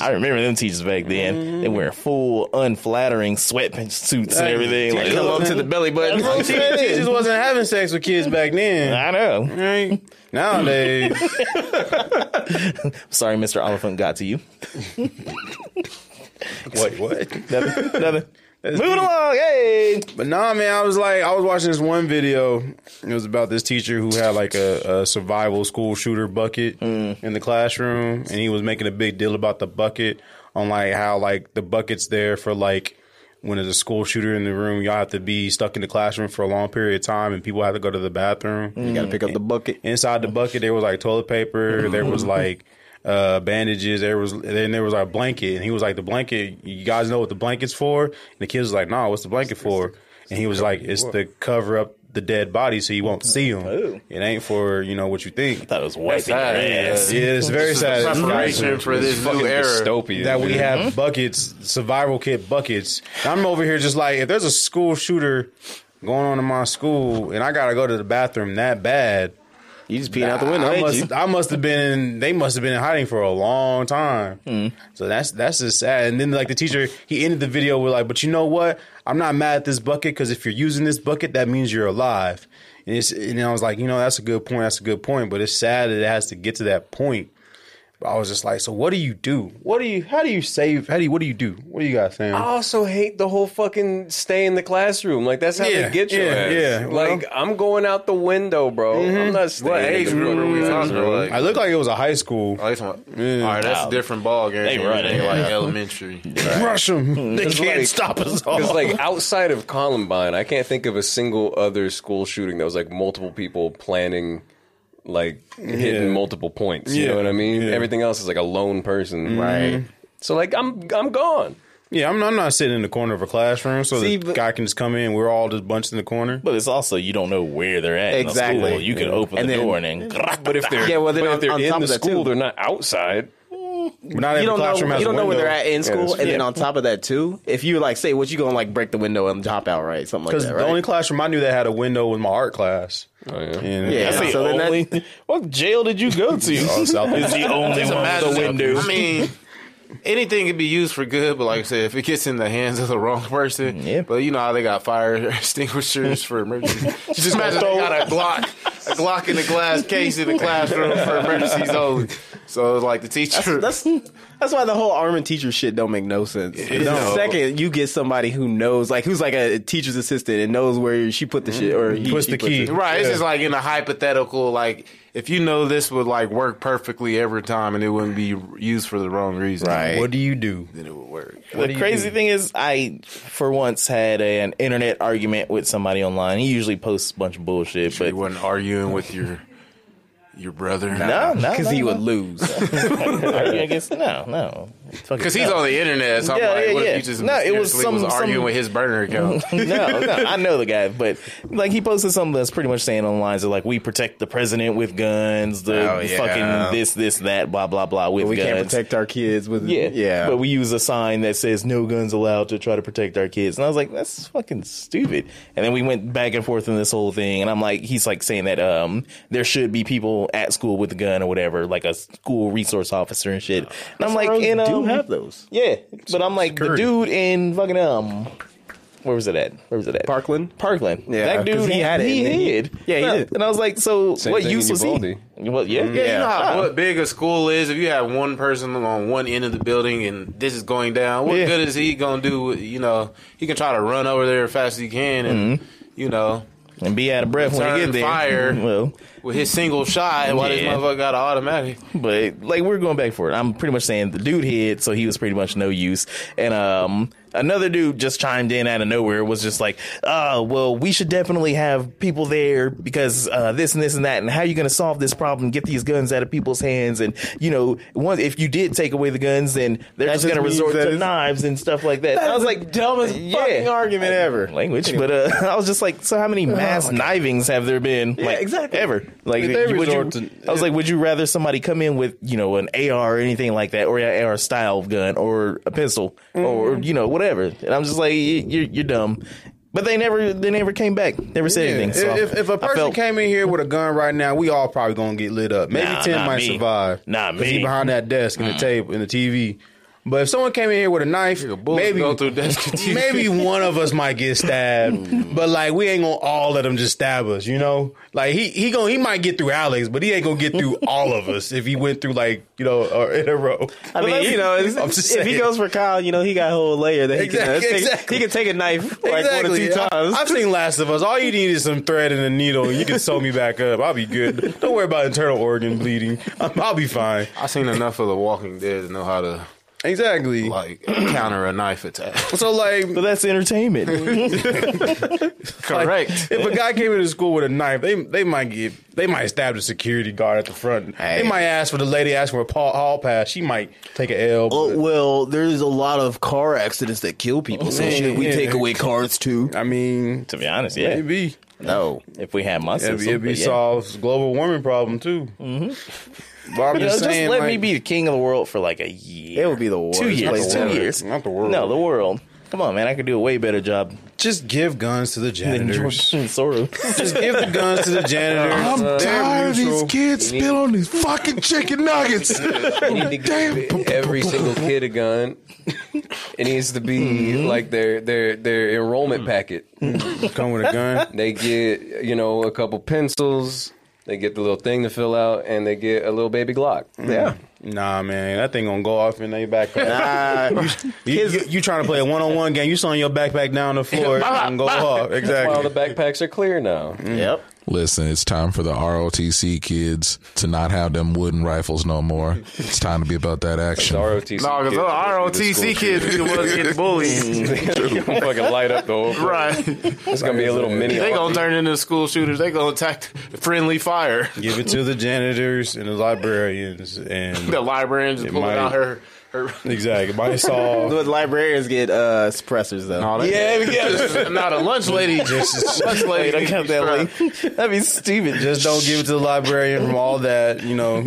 I remember them teachers back then.
Mm-hmm.
They wear full, unflattering sweatpants suits and everything. Like,
Come up to the belly button.
Te- teachers wasn't having sex with kids back then.
I know.
Right? Nowadays,
Sorry, Mr. Oliphant got to you.
wait, what?
Nothing. Nothing.
Mm-hmm.
Moving along. Hey.
But nah, man, I was like, I was watching this one video. It was about this teacher who had like a, a survival school shooter bucket in the classroom, and he was making a big deal about the bucket on like how like the bucket's there for like when there's a school shooter in the room, y'all have to be stuck in the classroom for a long period of time, and people have to go to the bathroom.
You gotta pick up the bucket.
Inside the bucket, there was like toilet paper. There was like. Uh, bandages. There was then there was like a blanket, and he was like, "The blanket. You guys know what the blanket's for?" And the kid was like, "Nah, what's the blanket for?" And he was like, "It's to cover up the dead body so you won't see them. It ain't for you know what you think."
That was wiping your
sad, yeah.
ass.
Yeah, it's very sad. It's
Preparation for this new era.
dystopian.
that we
dude.
have buckets, survival kit buckets. And I'm over here just like, if there's a school shooter going on in my school and I gotta go to the bathroom that bad,
You just peeing out the window.
I
ain't you?
must, I must have been, in, they must have been in hiding for a long time. So that's that's just sad. And then like the teacher, he ended the video with like, but you know what? I'm not mad at this bucket because if you're using this bucket, that means you're alive. And it's, and I was like, you know, that's a good point. That's a good point. But it's sad that it has to get to that point. But I was just like, so what do you do? What do you? How do you save? How do you? What do you do? What do you got, Sam?
I also hate the whole fucking stay in the classroom. Like that's how
Yeah,
they get you.
yeah, yeah.
Like I'm going out the window, bro.
Mm-hmm.
I'm not staying.
What
in
age
the
group are we
fucking
talking
classroom.
about? Like,
I look like it was a high school.
Oh, they talking about- All right, that's a different ball game.
They running.
They like elementary.
Crush them. They can't
like-
stop us
Because
all.
like outside of Columbine, I can't think of a single other school shooting that was like multiple people planning, like hitting multiple points. You
Yeah.
know what I mean?
Yeah.
Everything else is like a lone person, right? So like I'm I'm gone.
Yeah, I'm, I'm not sitting in the corner of a classroom, so
See,
the
but-
guy can just come in. We're all just bunched in the corner.
But it's also you don't know where they're at. in the
Exactly.
school. You could open
And
the
then-
door and then.
But if they're
Yeah, well, then
but
on-
if they're
on
in
top
the
of that,
school,
too.
they're not outside.
But not every
you don't know.
classroom has
You don't
a
know where
window.
they're at in school,
that's
and then on top of that too, if you like say what you gonna like break the window and hop out, right? Something like
Because
that,
the
right?
only classroom I knew that had a window was my art class.
Oh, yeah.
And
yeah.
That's the
So then that-
only, what jail did you go to? Is
South-
the only
It's a
one
matter
with
of-
the window.
I mean, anything can be used for good, but like I said, if it gets in the hands of the wrong person,
Yeah.
But you know how they got fire extinguishers for emergency. Just imagine they got a Glock, a Glock in a glass case in the classroom for emergencies only. So like the teacher,
That's that's why the whole arm and teacher shit don't make no sense.
don't.
Second, you get somebody who knows, like who's like a teacher's assistant and knows where she put the shit or he,
Puts
she
the
put
key.
right? It's just like in a hypothetical, like if you know this would like work perfectly every time and it wouldn't be used for the wrong reason,
Right.
What do you do?
Then it would work.
the crazy thing is, I for once had an internet argument with somebody online. He usually posts a bunch of bullshit,
You
but
wasn't arguing with your your brother.
no, no,
because
no,
he
no.
would lose.
Argue against no, no.
Because he's on the internet, so I'm
Yeah,
like,
yeah,
what
yeah.
if you just
No, it was
mysteriously
some-
was
some-
arguing with his burner account?
no, no, I know the guy, but like he posted something that's pretty much saying on the lines of like we protect the president with guns, the
Oh, yeah.
fucking this, this, that, blah, blah, blah with
we
guns.
can't protect our kids with
yeah,
yeah.
But we use a sign that says "No guns allowed" to try to protect our kids, and I was like, "That's fucking stupid." And then we went back and forth in this whole thing, and I'm like, he's like saying that um there should be people at school with a gun or whatever, like a school resource officer and shit. And I'm like, you know,
do have those.
yeah, but I'm like the dude in fucking um, where was it at? Where was it at?
Parkland?
Parkland.
Yeah,
that dude
'cause
he
he had
had
it,
He
and then he-
hid.
Yeah, he did.
And I was like, so
Same
what
thing
use
in
was he?
Uvalde.
Well, yeah,
Yeah, you know
Ah.
how what big a school is. If you have one person on one end of the building and this is going down, what
Yeah.
good is he gonna do? With, you know, he can try to run over there as fast as he can,
Mm-hmm.
and you know,
and be out of breath when he
Return
get there.
fire. with
Well,
his single shot, while this
Yeah.
motherfucker got an automatic.
but like we're going back for it. I'm pretty much saying the dude hid, so he was pretty much no use. And um, another dude just chimed in out of nowhere was just like, "Oh, well, we should definitely have people there because uh, this and this and that. And how you going to solve this problem? Get these guns out of people's hands, and you know, one if you did take away the guns, then they're just
just
going to resort
means that
to
it's-
knives and stuff like that. I was like,
dumbest fucking argument ever. Oh
language, but uh, I was just like, so how many mass knivings have there been? like,
exactly.
Ever? Like,
They
would you,
resort to-
I was like, would you rather somebody come in with you know an AR or anything like that, or an AR style gun, or a pistol,
Mm-hmm.
or you know whatever? And I'm just like, you- you're, you're dumb. But they never, they never came back. Never said anything. So
if, if
I
a person
felt-
came in here with a gun right now, we all probably gonna get lit up. Maybe
Nah,
Tim
not
might
me.
survive.
Not
'cause He
me. Mm.
behind that desk and the table and the TV. But if someone came in here with a knife, maybe
go through desk and TV.
maybe one of us might get
Mm.
stabbed. but like we ain't gonna all let him just stab us, you know? Like he he going he might get through Alex, but he ain't gonna get through all of us if he went through like you know or in a row.
I mean, you know, it's-
I'm just
if he
saying.
goes for Kyle, you know, he got a whole layer that he can uh,
Exactly,
take,
exactly.
he can take a knife like one or two
I-
times.
I've seen Last of Us. All you need is some thread and a needle, and you can sew me back up. I'll be good. Don't worry about internal organ bleeding. I'm, I'll be fine.
I seen enough of The Walking Dead to know how to
Exactly.
like counter a knife attack.
So like,
but that's entertainment.
Correct.
if a guy came into school with a knife, they they might get they might stab the security guard at the front.
Hey.
They might ask for the lady ask for a pa- hall pass. She might take an L.
Oh,
but-
well, there's a lot of car accidents that kill people. So should we
yeah.
take away cars too?
I mean,
to be honest, yeah.
maybe
No.
If we had my
it'd
system,
be, it'd be
but yeah.
solves global warming problem too. But I'm
You know,
just
just
saying,
let
like,
me be the king of the world for like a year.
It would be the worst.
two
place
years.
to
Two
ever-
years.
Not the world.
No, the world. Come on, man. I could do a way better job
Just give guns to the
than
janitors.
George Soros.
Just give the guns to the janitors.
I'm
They're
tired of these
neutral.
kids spilling on these fucking chicken nuggets. Damn.
every single kid a gun. It needs to be
Mm-hmm.
like their their their enrollment packet.
Come with a gun.
They get you know a couple pencils. They get the little thing to fill out, and they get a little baby Glock.
Yeah.
Nah, man, that thing gonna go off in their backpack. you, you, you, you trying to play a one on one game? You slowing your backpack down the floor and go off?
While the
Exactly.
backpacks are clear now.
Mm.
yep.
Listen, it's time for the ROTC kids to not have them wooden rifles no more. It's time to be about that action.
The ROTC.
No, because
kids are gonna be the
ROTC kids be the ones getting bullied.
school- They're gonna fucking light up the whole. place.
right.
It's gonna be a little mini.
They gonna turn into school shooters. They gonna attack friendly fire.
Give it to the janitors and the librarians and
The librarian's pulling
might-
out her her.
exactly. My saw.
But librarians get uh, suppressors though.
Yeah, yeah. Not a lunch lady. Just lunch lady.
I got that link. That'd be stupid.
Just don't give it to the librarian from all that. You know,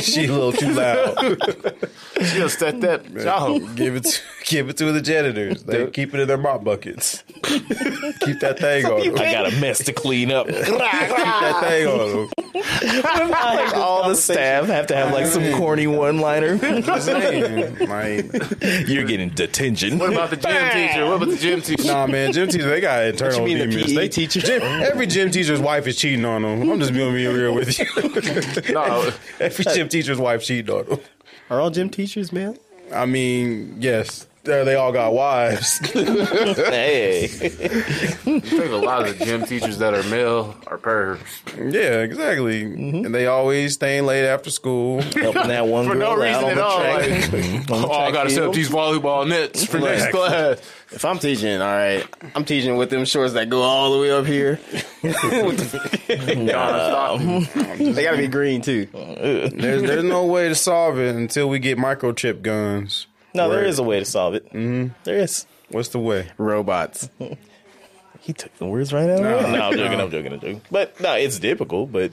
she, she a little too loud.
She'll set that job.
Give it, to, give it to the janitors. They keep it in their mop buckets. keep that thing on. them.
I got a mess to clean up.
Keep that thing on. them.
like all the staff have to have like some corny one liner.
Man,
You're getting detention.
What about the gym teacher? What about the gym teacher?
nah, man, gym teachers they got internal
mean, the
demons.
PE
they
teacher?
gym- every gym teacher's wife is cheating on them. I'm just gonna be real with you.
No,
every gym teacher's wife cheating on them.
Are all gym teachers, man?
I mean, yes. uh, they all got wives.
Hey,
I think a lot of the gym teachers that are male are pervs.
yeah, exactly.
Mm-hmm.
And they always staying late after school.
helping that one
For
girl
no
out
reason
on
at
the
all.
track.
Like, oh, I
track
gotta set up
field.
these volleyball nets for next class.
If I'm teaching, all right, I'm teaching with them shorts that go all the way up here. they gotta be green too.
There's there's no way to solve it until we get microchip guns.
No, there
Word.
is a way to solve it. Mm-hmm. is.
What's the way?
Robots.
He took the words right out. of my mouth. No, I'm joking. I'm joking. I'm joking. But no, it's difficult. But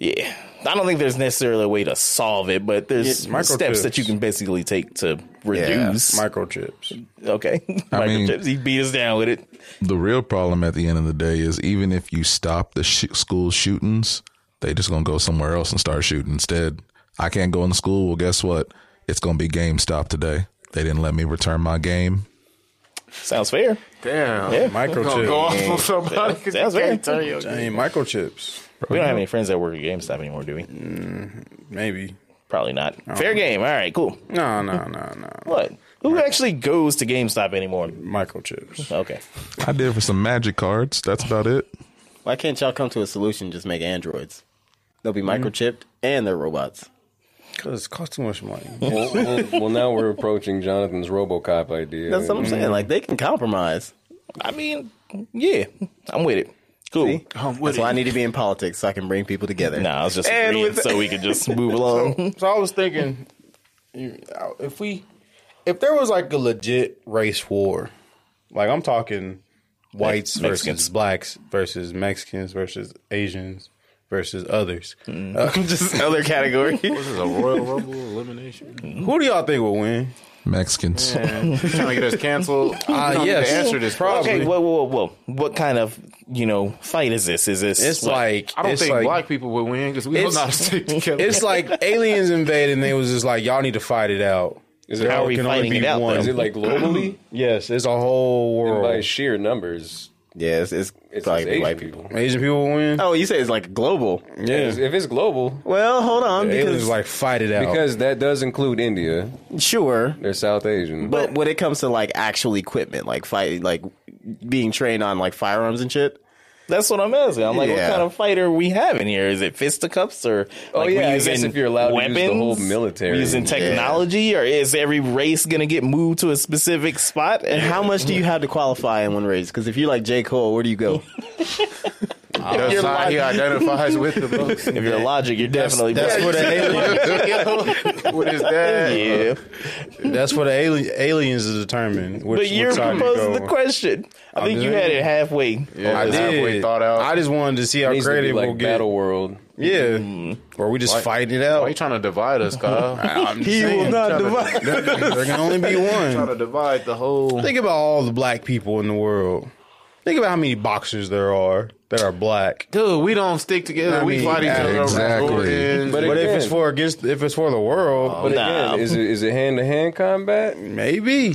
yeah, I don't think there's necessarily a way to solve it. But there's
Yeah,
steps that
microchips.
you can basically take to reduce.
Microchips.
okay,
I mean-
microchips. He beat us down with it.
The real problem at the end of the day is even if you stop the sh- school shootings, they just gonna go somewhere else and start shooting instead. I can't go into school. Well, guess what? It's gonna be GameStop today. They didn't let me return my game.
Sounds fair.
Damn.
Yeah.
Gonna go
Microchips.
off on somebody. 'cause
Sounds
you
fair.
can't tell you.
Hey, microchips.
We don't have any friends that work at GameStop anymore, do we?
Maybe.
Probably not. Fair game. All right, cool.
No, no, no, no.
What? Who actually goes to GameStop anymore?
Microchips.
Okay.
I did for some magic cards. That's about it.
Why can't y'all come to a solution? Just make androids. They'll be
Mm-hmm.
microchipped and they're robots.
Cause it costs too much money.
well, well, well, now we're approaching Jonathan's RoboCop idea.
That's
Mm-hmm.
what I'm saying. Like they can compromise.
I mean, yeah, I'm with it. Cool.
See? That's why I need to be in politics so I can bring people together.
Nah, I was just
And
agreeing
with-
so we could just move along.
So I was thinking, you- I- if we, if there was like a legit race war, like I'm talking whites
Mex-
versus
Mexicans.
blacks versus Mexicans versus Asians versus others,
Mm-hmm.
just other category.
This is a Royal Rumble elimination.
who do y'all think will win?
Mexicans.
trying to get us canceled. I don't
yes.
need to answer this. Probably.
okay, whoa, whoa, whoa, whoa. What kind of you know fight is this? Is this?
It's
what-
like
I don't
it's
think
like,
black people would win because we don't
It's-
know how to stick together.
It's like aliens invade and they was just like y'all need to fight it out.
Is it,
How are
how
we
can only
fighting
be
it out?
one.
is
Though?
it like globally?
Yes, it's a whole
And by
world.
sheer numbers,
yeah, it's, it's,
it's
probably
just Asian
white people.
people.
Asian people will win.
Oh, you say it's like global.
If if it's global,
Well, hold on,
Aliens
because
like fight it out.
because that does include India.
sure,
They're South Asian.
but when it comes to like actual equipment, like fight, like being trained on like firearms and shit,
That's what I'm asking. I'm like,
Yeah.
what kind of fight are we having here? Is it fisticuffs or?
Oh,
like, we
yeah, I guess
using
if you're allowed to use
weapons,
the whole military.
we using
Yeah.
technology, or is every race gonna get moved to a specific spot? And
how much do you have to qualify in one race? Because if you're like J Cole, where do you go?
that's
you're
how he
lying.
identifies with the books.
if you're logic, you're definitely
that's where the alien,
with his dad.
yeah.
that's where the alien, aliens is determined. Which,
But you're
which side you
proposing
go
the
on.
question. I think you had it halfway.
Yeah,
I
it's halfway
did.
thought out.
I just wanted to see how
It needs to be
creative
like
we'll get.
Battle
Oh,
Mm-hmm. World.
Yeah, or we just fight it out.
Why you trying to divide us, Kyle? I'm
He will not divide.
there can only be
trying
one.
to divide the whole.
Think about all the black people in the world. Think about how many boxers there are that are black.
Dude, we don't stick together.
I
we
mean,
fight each other
exactly.
over Jordans.
But
But if
again- Oh.
it's for against, if it's for the world,
But
Nah.
again, is it is it hand to hand combat?
maybe.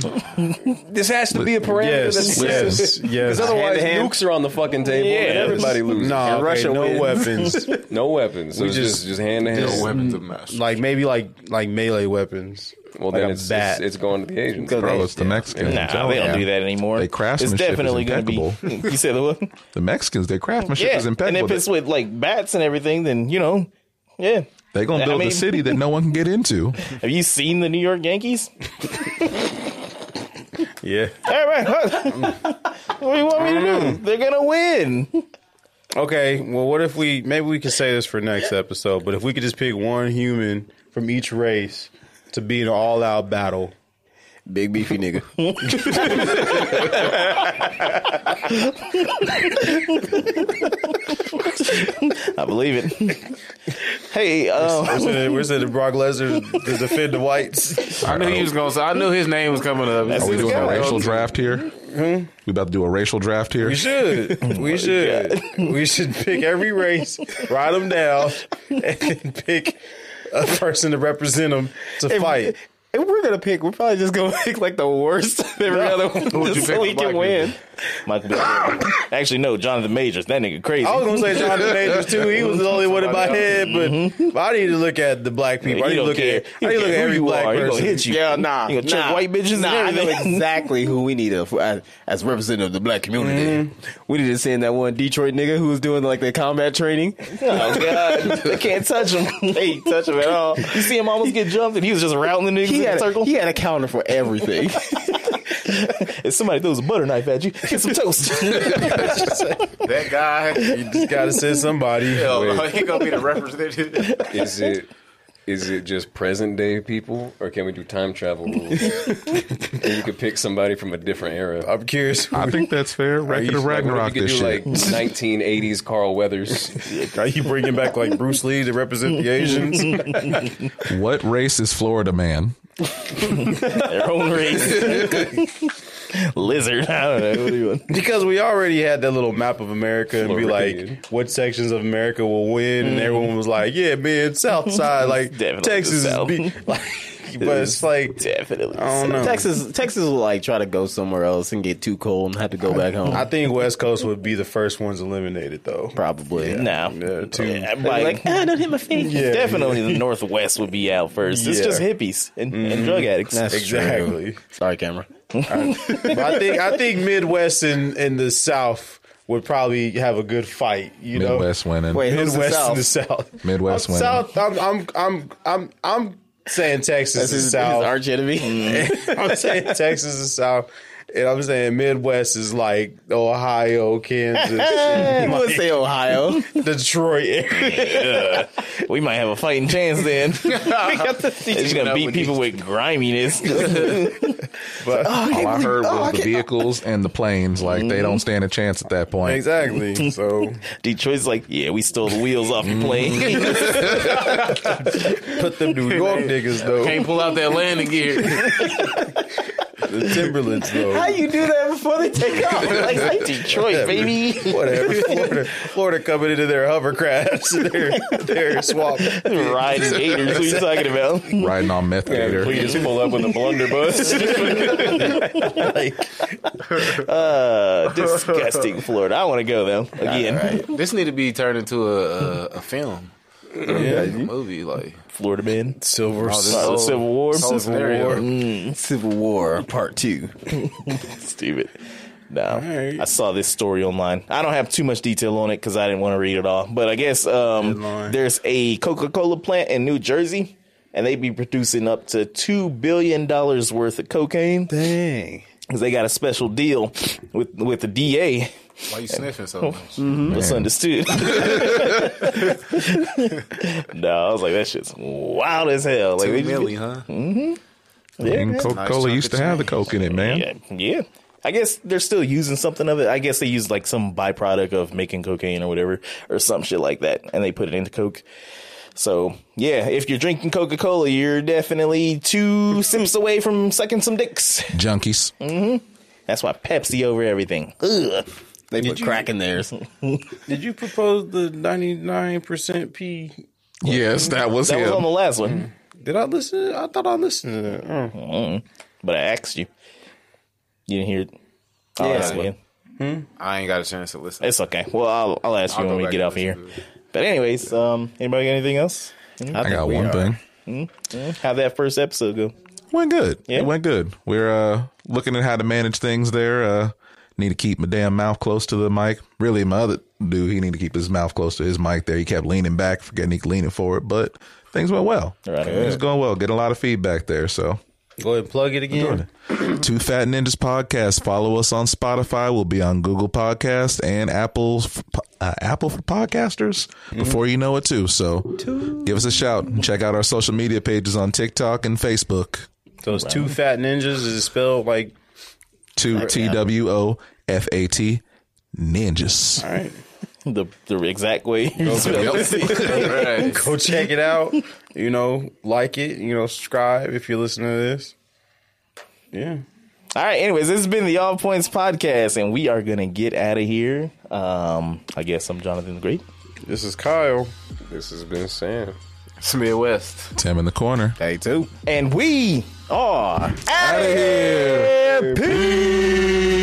This has to be a parameter.
Yes,
that's-
yes, yes.
Because otherwise,
Hand-to-hand.
nukes are on the fucking table and
Yeah.
everybody loses.
No, okay,
Russia
no
wins.
weapons.
no weapons. So
We
it's
just-
just just hand to
No
hand.
weapons of mass.
like maybe like like melee weapons.
Well,
like
then
a
it's,
bat.
it's it's going to the Asians.
Go
Bro,
there.
it's the Mexicans.
Nah,
I'm telling
they don't
you.
do that anymore.
They
It's
craftsmanship is
definitely going to be.
impeccable.
You said the what?
The Mexicans, their craftsmanship
yeah.
is
And
impeccable.
if it's with like bats and everything, then you know, yeah.
They're gonna
I
build
mean-
a city that no one can get into.
Have you seen the New York Yankees?
yeah.
All right, what do you want me to do? They're gonna win.
Okay, well, what if we maybe we could say this for next episode, but if we could just pick one human from each race to be in an all out battle.
Big beefy nigga.
I believe it. hey, um,
We're sending, we're sending Brock Lesnar to defend the whites.
I knew he was gonna. Say, I knew his name was coming up.
Are we doing a
Yeah.
racial draft here? We about to do a racial draft here.
We
Oh
should. We should. We should pick every race, write them down, and pick a person to represent them to fight.
If we're gonna pick, we're probably just gonna pick like the worst of every other one
Who would you
just
pick
so we
the black
can win.
Michael B. Jordan. Actually, no, Jonathan Majors. That nigga crazy.
Oh,
I was gonna say Jonathan Majors too. He was the only one in my head, but, but I need to look at the black people. I
Mm-hmm. He
need to
don't
look
care.
at
He
I need
don't
to look at
care who
every
you
black
are. He gonna
person.
hit you.
Yeah, nah.
You gonna check
nah.
white bitches and
Nah, I know
everything.
exactly who we need to, as, as representative of the black community. Mm-hmm. We need to send that one Detroit nigga who was doing like the combat training.
Oh god, they can't touch him. They ain't touch him at all. You see him almost get jumped, and he was just routing the niggas
He
in a
had,
circle.
he had a counter for everything.
If somebody throws a butter knife at you, get some toast.
That guy,
You just gotta send somebody.
hell, no, he gonna be the representative.
Is it is it just present day people, or can we do time travel rules? And you could pick somebody from a different era.
I'm curious.
I think that's fair.
Like,
Record of
what if
Ragnarok
you could
this
do
shit.
like 1980s Carl Weathers.
Are you bringing back like Bruce Lee to represent the Asians?
what race is Florida man?
Their own race. Lizard. I don't know. What do you want?
because we already had that little map of America and be
Floridian.
like, what sections of America will win, and everyone was like, yeah, man, South Side, like
Definitely
Texas,
the
is
South.
be- like, but it's like
Definitely.
I don't know.
Texas, Texas will like try to go somewhere else and get too cold and have to go back home.
I think West Coast would be the first ones eliminated though.
probably.
No.
Yeah, too.
Yeah,
They'd be
like,
like, ah, don't hit my face.
Yeah.
definitely the Northwest would be out first. It's
Yeah.
just hippies and, and drug addicts.
That's true.
Exactly.
Sorry, camera.
But I think I think Midwest and, and the South would probably have a good fight. You
Midwest winning.
Wait,
know,
who's the
Midwest
South?
and the South.
Midwest
I'm
winning.
South. I'm I'm I'm I'm, I'm saying Texas
That's his,
is
his
South.
arch enemy.
I'm saying Texas is South. And I'm saying Midwest is like Ohio, Kansas,
He would say Ohio.
Detroit area.
We might have a fighting chance then. it's gonna beat people with griminess.
But,
All I Mm-hmm. heard was the vehicles and the planes. Like they don't stand a chance at that point.
exactly. So
Detroit's like, yeah, we stole the wheels off the plane.
put them New York niggas though.
Can't pull out that landing gear.
The Timberlands though.
How you do that before they take off?
like, like Detroit, baby.
Whatever. Florida, Florida coming into their hovercrafts, their their swamp.
Riding gators. What are you talking about?
Riding on meth gator.
We just pull up with a blunderbuss. uh, disgusting Florida. I want to go though. Again,
This need to be turned into a a, a film, a movie. Like oh,
Florida man.
Silver
Start the Oh, Civil War. Mm.
whole scenario.
Civil War Part Two.
Stupid. No, I saw this story online. I don't have too much detail on it because I didn't want to read it all. But I guess um, there's a Coca Cola plant in New Jersey, and they be producing up to two billion dollars worth of cocaine
Dang.
because they got a special deal with with the DA.
Why you sniffing so much?
What's understood? no, I was like that shit's wild as hell. Like they
Two
just Mm-hmm.
milli, huh?
And Coca Cola
Nice
used to
chunk of
have the coke in it, man.
Yeah, yeah. I guess they're still using something of it. I guess they use like some byproduct of making cocaine or whatever, or some shit like that, and they put it into Coke. So yeah, if you're drinking Coca Cola, you're definitely two sips away from sucking some dicks.
Junkies.
That's why Pepsi over everything. Ugh.
They put crack in theirs.
Did you propose the ninety nine percent P?
Yes, that was
That was
him.
on the last one,
Mm. Did I listen? I thought I listened to that. Oh.
Mm-hmm. but I asked you. You didn't hear it. I'll
Yeah.
ask again.
I ain't got a chance to listen.
It's okay. Well, I'll, I'll ask you
I'll go
when we
back
get
and
off of here.
listen to
But anyways, um, anybody got anything else?
I got one thing.
How that first episode go?
Went good.
Yeah.
It went good. We're uh, looking at how to manage things there. Uh, need to keep my damn mouth close to the mic. Really, my other dude, he need to keep his mouth close to his mic there. He kept leaning back, forgetting he could leaning forward, but things went well.
Right.
Things going well. Get a lot of feedback there. So
Go ahead, and plug it again.
Two Fat Ninjas podcast. Follow us on Spotify. We'll be on Google Podcast and Apple uh, Apple for podcasters
Mm-hmm.
before you know it too. So give us a shout and check out our social media pages on TikTok and Facebook.
So it's two fat ninjas. Is it spelled like?
Two T W O F A T ninjas.
All right,
the the exact way. you spell it.
Right.
go check it out. You know, like it. You know, subscribe if you're listening to this. Yeah.
All right. Anyways, this has been the All Points podcast, and we are gonna get out of here. Um, I guess I'm Jonathan the Great.
This is Kyle.
This has been Sam.
It's Midwest.
Tim in the corner.
Hey, too.
and we are out of here. Peace.